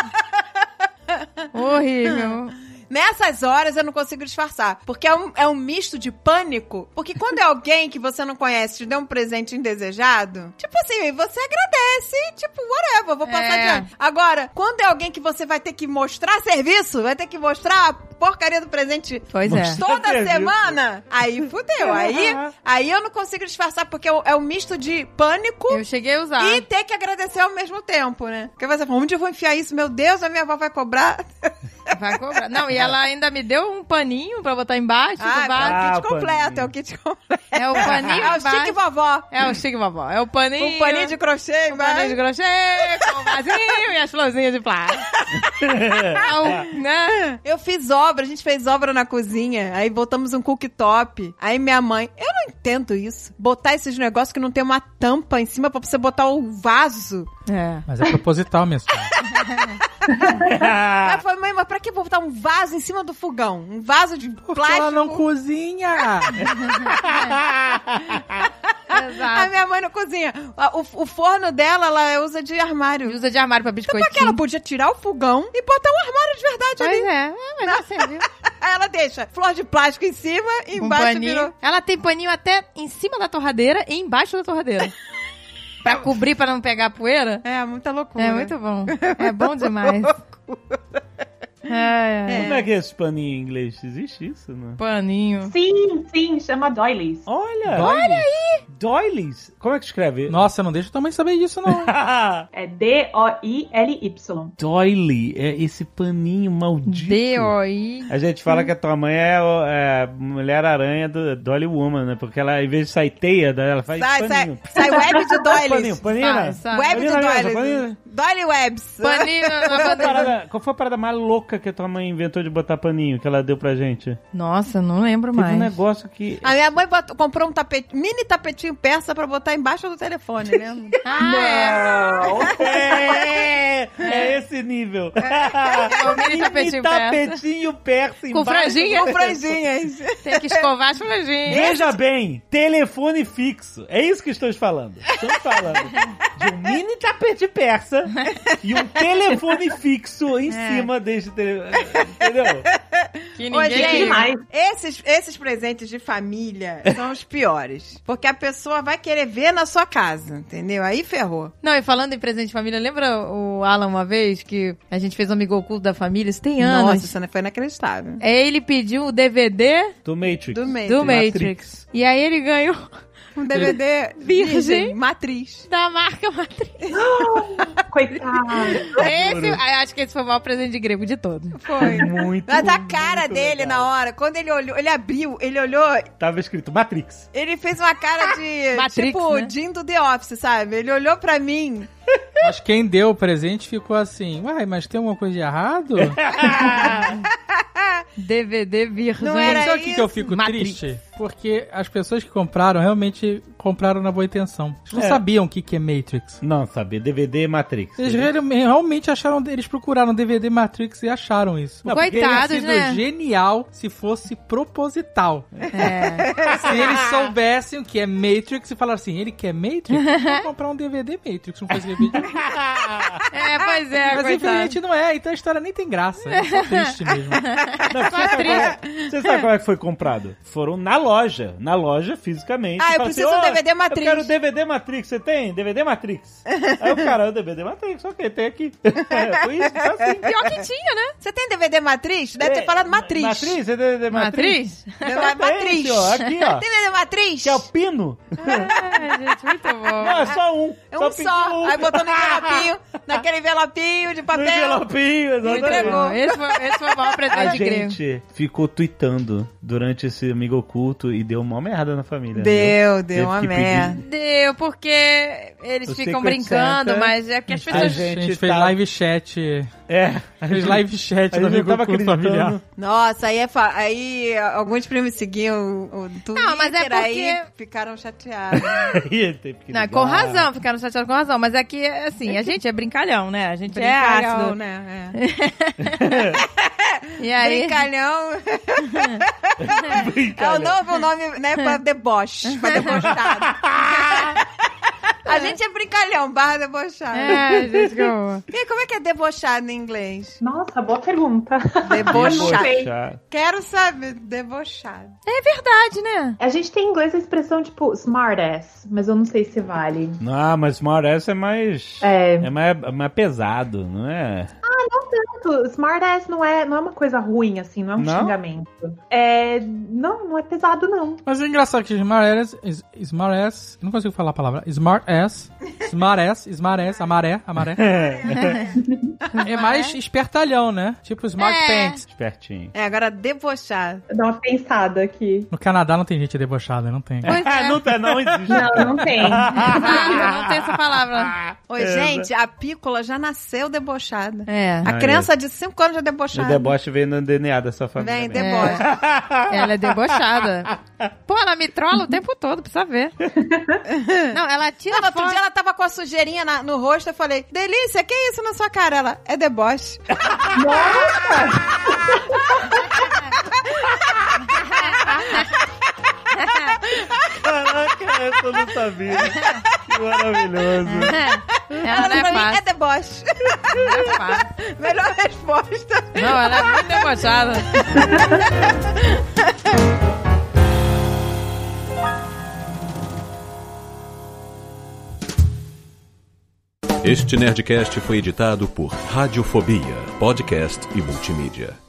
[SPEAKER 3] horrível.
[SPEAKER 4] Nessas horas eu não consigo disfarçar. Porque é um, é um misto de pânico. Porque quando é alguém que você não conhece te deu um presente indesejado, tipo assim, você agradece, tipo, whatever, vou passar
[SPEAKER 3] É.
[SPEAKER 4] adiante. Agora, quando é alguém que você vai ter que mostrar serviço, vai ter que mostrar a porcaria do presente
[SPEAKER 3] Pois é.
[SPEAKER 4] toda
[SPEAKER 2] serviço.
[SPEAKER 4] semana, aí fudeu. Aí, aí eu não consigo disfarçar, porque é o- é um misto de pânico.
[SPEAKER 3] Eu cheguei a usar.
[SPEAKER 4] E ter que agradecer ao mesmo tempo, né? Porque você fala, onde eu vou enfiar isso? Meu Deus, a minha avó vai cobrar.
[SPEAKER 3] Vai cobrar. Não, e ela ainda me deu um paninho pra botar embaixo do vaso.
[SPEAKER 4] Ah, é o
[SPEAKER 2] Ah,
[SPEAKER 4] kit completo,
[SPEAKER 2] paninho.
[SPEAKER 4] é o kit completo.
[SPEAKER 3] É tá. o paninho
[SPEAKER 4] É o
[SPEAKER 3] embaixo.
[SPEAKER 4] chique vovó.
[SPEAKER 3] É o chique vovó. É o paninho.
[SPEAKER 4] Um paninho de crochê,
[SPEAKER 3] um paninho de
[SPEAKER 4] embaixo.
[SPEAKER 3] crochê, com o vasinho e as florzinhas de plástico. É um- né?
[SPEAKER 4] Eu fiz obra, a gente fez obra na cozinha, aí botamos um cooktop. Aí minha mãe, eu não entendo isso. Botar esses negócios que não tem uma tampa em cima pra você botar o vaso.
[SPEAKER 3] É.
[SPEAKER 6] Mas é proposital mesmo.
[SPEAKER 3] Ah.
[SPEAKER 4] Aí eu falei, mãe, mas pra que botar um vaso em cima do fogão? Um vaso de plástico?
[SPEAKER 6] cozinha.
[SPEAKER 4] A
[SPEAKER 3] Exato.
[SPEAKER 4] minha mãe não cozinha. O, o forno dela, ela usa de armário.
[SPEAKER 3] Usa de armário pra biscoitinho.
[SPEAKER 4] Porque ela podia tirar o fogão e botar um armário de verdade
[SPEAKER 3] Pois
[SPEAKER 4] ali.
[SPEAKER 3] é, é, mas não serviu.
[SPEAKER 4] Aí ela deixa flor de plástico em cima e
[SPEAKER 3] Um
[SPEAKER 4] embaixo
[SPEAKER 3] paninho.
[SPEAKER 4] virou.
[SPEAKER 3] Ela tem paninho até em cima da torradeira e embaixo da torradeira. pra cobrir, pra não pegar poeira.
[SPEAKER 4] É, muita loucura.
[SPEAKER 3] É muito bom. É bom demais. Ai, ai.
[SPEAKER 2] Como é que é esse paninho em inglês? Existe isso, né? não?
[SPEAKER 3] Paninho.
[SPEAKER 5] Sim, sim, chama doilies.
[SPEAKER 2] Olha!
[SPEAKER 6] Olha
[SPEAKER 2] aí! Doilies? Como é que escreve?
[SPEAKER 6] Nossa, não deixa tua mãe saber disso, não.
[SPEAKER 5] É D-O-I-L-Y.
[SPEAKER 2] Doily é esse paninho maldito.
[SPEAKER 3] D-O-I.
[SPEAKER 2] A gente fala que a tua mãe é, o- é a mulher aranha do Dolly Woman, né? Porque ela, em vez de sair teia, ela faz
[SPEAKER 4] Sai, sai,
[SPEAKER 2] paninho.
[SPEAKER 4] sai web de
[SPEAKER 2] Paninho,
[SPEAKER 4] doilies.
[SPEAKER 2] paninho,
[SPEAKER 3] Sai,
[SPEAKER 2] né?
[SPEAKER 3] sai.
[SPEAKER 4] Web de
[SPEAKER 2] Paninho na mesa,
[SPEAKER 4] doilies.
[SPEAKER 2] paninho.
[SPEAKER 4] Doily webs.
[SPEAKER 3] Paninho na
[SPEAKER 2] Qual foi, a
[SPEAKER 3] bandeira.
[SPEAKER 2] parada, qual foi a parada mais louca que a tua mãe inventou de botar paninho que ela deu pra gente?
[SPEAKER 3] Nossa, não lembro
[SPEAKER 2] Teve um
[SPEAKER 3] mais.
[SPEAKER 2] negócio que.
[SPEAKER 4] A minha mãe botou- comprou um tapete, mini tapetinho persa pra botar embaixo do telefone, né? lembra?
[SPEAKER 3] Ah,
[SPEAKER 2] É, é esse nível.
[SPEAKER 3] o mini tapetinho persa.
[SPEAKER 2] tapetinho persa
[SPEAKER 3] é. Com
[SPEAKER 2] embaixo.
[SPEAKER 3] franjinha?
[SPEAKER 4] Com franjinhas.
[SPEAKER 3] Tem que escovar as franjinhas.
[SPEAKER 2] Veja bem, telefone fixo. É isso que estou falando. Estamos falando de um mini tapete persa e um telefone fixo em
[SPEAKER 3] É.
[SPEAKER 2] cima deste telefone. Entendeu?
[SPEAKER 3] Que
[SPEAKER 4] Ô, gente,
[SPEAKER 3] ninguém...
[SPEAKER 5] demais.
[SPEAKER 4] Esses, esses presentes de família são os piores. Porque a pessoa vai querer ver na sua casa, entendeu? Aí ferrou.
[SPEAKER 3] Não, e falando em presente de família, lembra o Alan uma vez que a gente fez um amigo oculto da família? Isso tem anos.
[SPEAKER 4] Nossa, isso foi inacreditável.
[SPEAKER 3] É, ele pediu o DVD
[SPEAKER 2] Do Matrix.
[SPEAKER 4] Do meio.
[SPEAKER 3] do Matrix.
[SPEAKER 2] Matrix.
[SPEAKER 3] E aí ele ganhou
[SPEAKER 4] Um DVD
[SPEAKER 3] Virgem.
[SPEAKER 4] virgem, matriz.
[SPEAKER 3] da marca Matrix.
[SPEAKER 5] Coitado.
[SPEAKER 3] Esse,
[SPEAKER 4] é
[SPEAKER 3] ah, acho que esse foi o maior presente de grego de todos.
[SPEAKER 4] Foi.
[SPEAKER 2] Muito,
[SPEAKER 4] Mas a cara
[SPEAKER 2] muito
[SPEAKER 4] dele
[SPEAKER 2] legal.
[SPEAKER 4] na hora, quando ele olhou, ele abriu, ele olhou,
[SPEAKER 2] Tava escrito Matrix.
[SPEAKER 4] ele fez uma cara de
[SPEAKER 3] Matrix,
[SPEAKER 4] tipo
[SPEAKER 3] né?
[SPEAKER 4] o Jim do The Office, sabe? Ele olhou pra mim.
[SPEAKER 6] Mas quem deu o presente ficou assim, uai, mas tem alguma coisa de errado?
[SPEAKER 3] DVD virgem.
[SPEAKER 4] Não era
[SPEAKER 6] Sabe o que, que eu
[SPEAKER 4] isso?
[SPEAKER 6] fico
[SPEAKER 3] Matrix.
[SPEAKER 6] triste? Porque as pessoas que compraram realmente compraram na boa intenção. Eles não
[SPEAKER 2] É.
[SPEAKER 6] sabiam o que, que é Matrix.
[SPEAKER 2] Não, sabia. DVD Matrix.
[SPEAKER 6] Eles realme- realmente acharam, eles procuraram DVD Matrix e acharam isso.
[SPEAKER 3] Não,
[SPEAKER 6] porque teria
[SPEAKER 3] coitados,
[SPEAKER 6] sido
[SPEAKER 3] né?
[SPEAKER 6] genial se fosse proposital.
[SPEAKER 3] É.
[SPEAKER 6] Se eles soubessem o que é Matrix e falaram assim, ele quer Matrix? Vou comprar um DVD Matrix, não faz DVD.
[SPEAKER 3] É, pois é,
[SPEAKER 6] Mas
[SPEAKER 3] coitado.
[SPEAKER 6] infelizmente não é, então a história nem tem graça. É só triste mesmo.
[SPEAKER 3] Só triste.
[SPEAKER 2] Você sabe como é que foi comprado? Foram na loja, na loja fisicamente.
[SPEAKER 4] Ah, eu
[SPEAKER 2] Fala
[SPEAKER 4] preciso do
[SPEAKER 2] "Ó,
[SPEAKER 4] DVD Matrix."
[SPEAKER 2] Eu quero DVD Matrix, você tem? DVD Matrix. Aí o cara, "É o DVD Matrix, ok, tem aqui. Foi isso, tá assim.
[SPEAKER 3] Pior que tinha, né?
[SPEAKER 4] Você tem DVD matriz? Deve ter falado matriz.
[SPEAKER 2] Matriz, é DVD Matrix. Então
[SPEAKER 3] Matriz?
[SPEAKER 4] DVD matriz.
[SPEAKER 2] Tem, senhor, aqui, ó.
[SPEAKER 4] Tem DVD matriz?
[SPEAKER 2] Que é o pino?
[SPEAKER 3] Ai, gente, muito bom.
[SPEAKER 2] Não, é só um.
[SPEAKER 4] É um
[SPEAKER 2] pintou
[SPEAKER 4] só.
[SPEAKER 2] um.
[SPEAKER 4] Aí botou no envelopinho, naquele envelopinho de
[SPEAKER 2] No
[SPEAKER 4] papel.
[SPEAKER 2] envelopinho, exatamente.
[SPEAKER 4] entregou.
[SPEAKER 3] Não, esse, foi, esse foi o maior
[SPEAKER 2] A
[SPEAKER 3] presente de grego.
[SPEAKER 2] gente ficou tweetando durante esse amigo oculto e deu uma merda na família. né?
[SPEAKER 4] Deu,
[SPEAKER 2] Teve
[SPEAKER 4] deu uma
[SPEAKER 2] que pedir.
[SPEAKER 4] merda.
[SPEAKER 3] Deu, porque eles
[SPEAKER 2] O
[SPEAKER 3] ficam
[SPEAKER 2] Secret
[SPEAKER 3] brincando,
[SPEAKER 2] Santa.
[SPEAKER 3] mas é porque as
[SPEAKER 6] A
[SPEAKER 2] A
[SPEAKER 3] pessoas.
[SPEAKER 6] gente,
[SPEAKER 2] gente
[SPEAKER 6] fez
[SPEAKER 2] tá-
[SPEAKER 6] live chat.
[SPEAKER 2] É.
[SPEAKER 6] Fez live chat
[SPEAKER 2] Aí
[SPEAKER 6] do
[SPEAKER 2] eu não
[SPEAKER 6] amigo
[SPEAKER 2] tava
[SPEAKER 6] oculto familiar.
[SPEAKER 2] acreditando.
[SPEAKER 4] Nossa, aí, é fa- aí alguns primos seguiam o, o Twitter,
[SPEAKER 3] Não, mas é
[SPEAKER 4] aí
[SPEAKER 3] porque- É,
[SPEAKER 4] ficaram chateados.
[SPEAKER 2] Ih, teve que
[SPEAKER 3] Não,
[SPEAKER 2] ligar.
[SPEAKER 3] com razão, ficaram chateados com razão. Mas é que, assim, a gente é brincalhão, né? A gente é
[SPEAKER 4] Brincalhão,
[SPEAKER 3] ácido.
[SPEAKER 4] né?
[SPEAKER 3] E
[SPEAKER 4] É.
[SPEAKER 3] aí.
[SPEAKER 4] Brincalhão é o
[SPEAKER 2] Brincalhão.
[SPEAKER 4] novo nome, né, pra deboche, pra debochado. A gente é brincalhão, barra debochado.
[SPEAKER 3] É, gente, que horror.
[SPEAKER 4] E como é que é debochado em inglês?
[SPEAKER 5] Nossa, boa pergunta.
[SPEAKER 4] Debochado.
[SPEAKER 2] Debochado.
[SPEAKER 4] Quero saber, debochado.
[SPEAKER 3] É Verdade, né?
[SPEAKER 5] A gente tem em inglês a expressão tipo smartass, mas eu não sei se vale.
[SPEAKER 2] Ah, mas Smart Ass é mais.
[SPEAKER 5] É,
[SPEAKER 2] É mais, é mais pesado, não é?
[SPEAKER 5] tanto, smartass não é, não é uma coisa ruim, assim, não é um
[SPEAKER 2] Não?
[SPEAKER 5] xingamento. É, não, não é pesado, não.
[SPEAKER 6] Mas é engraçado que Smart Ass, is- Smart Ass, eu não consigo falar a palavra. Smart Ass, Smart Ass, Smart Ass, amaré, amaré. É mais espertalhão, né? Tipo Smart
[SPEAKER 3] É.
[SPEAKER 6] Pants.
[SPEAKER 2] Espertinho.
[SPEAKER 4] É, agora debochado.
[SPEAKER 5] Dá uma pensada aqui.
[SPEAKER 6] No Canadá não tem gente debochada, não tem.
[SPEAKER 3] Pois é.
[SPEAKER 2] não, tá, não existe.
[SPEAKER 5] Não, não tem.
[SPEAKER 3] Ah, não tem essa palavra.
[SPEAKER 4] Ô,
[SPEAKER 2] É,
[SPEAKER 4] gente, a pícola já nasceu debochada.
[SPEAKER 3] É.
[SPEAKER 4] A
[SPEAKER 2] Ah,
[SPEAKER 4] criança de 5 anos já é
[SPEAKER 2] O
[SPEAKER 4] debochada.
[SPEAKER 2] deboche veio no DNA da sua família.
[SPEAKER 4] Vem,
[SPEAKER 2] né?
[SPEAKER 4] deboche.
[SPEAKER 3] Ela é debochada. Pô, ela me trola o tempo todo, precisa ver. Não, ela tira
[SPEAKER 4] Não, mas outro
[SPEAKER 3] foto.
[SPEAKER 4] dia ela tava com a sujeirinha na- no rosto, eu falei, Delícia, que isso na sua cara? Ela, é deboche.
[SPEAKER 2] Caraca, essa eu não sabia. Que maravilhoso.
[SPEAKER 3] Ela não é
[SPEAKER 4] pra mim,
[SPEAKER 3] fácil,
[SPEAKER 4] é deboche.
[SPEAKER 3] não é fácil.
[SPEAKER 4] Melhor resposta.
[SPEAKER 3] Não, ela é muito debochada.
[SPEAKER 9] Este Nerdcast foi editado por Radiofobia, podcast e multimídia.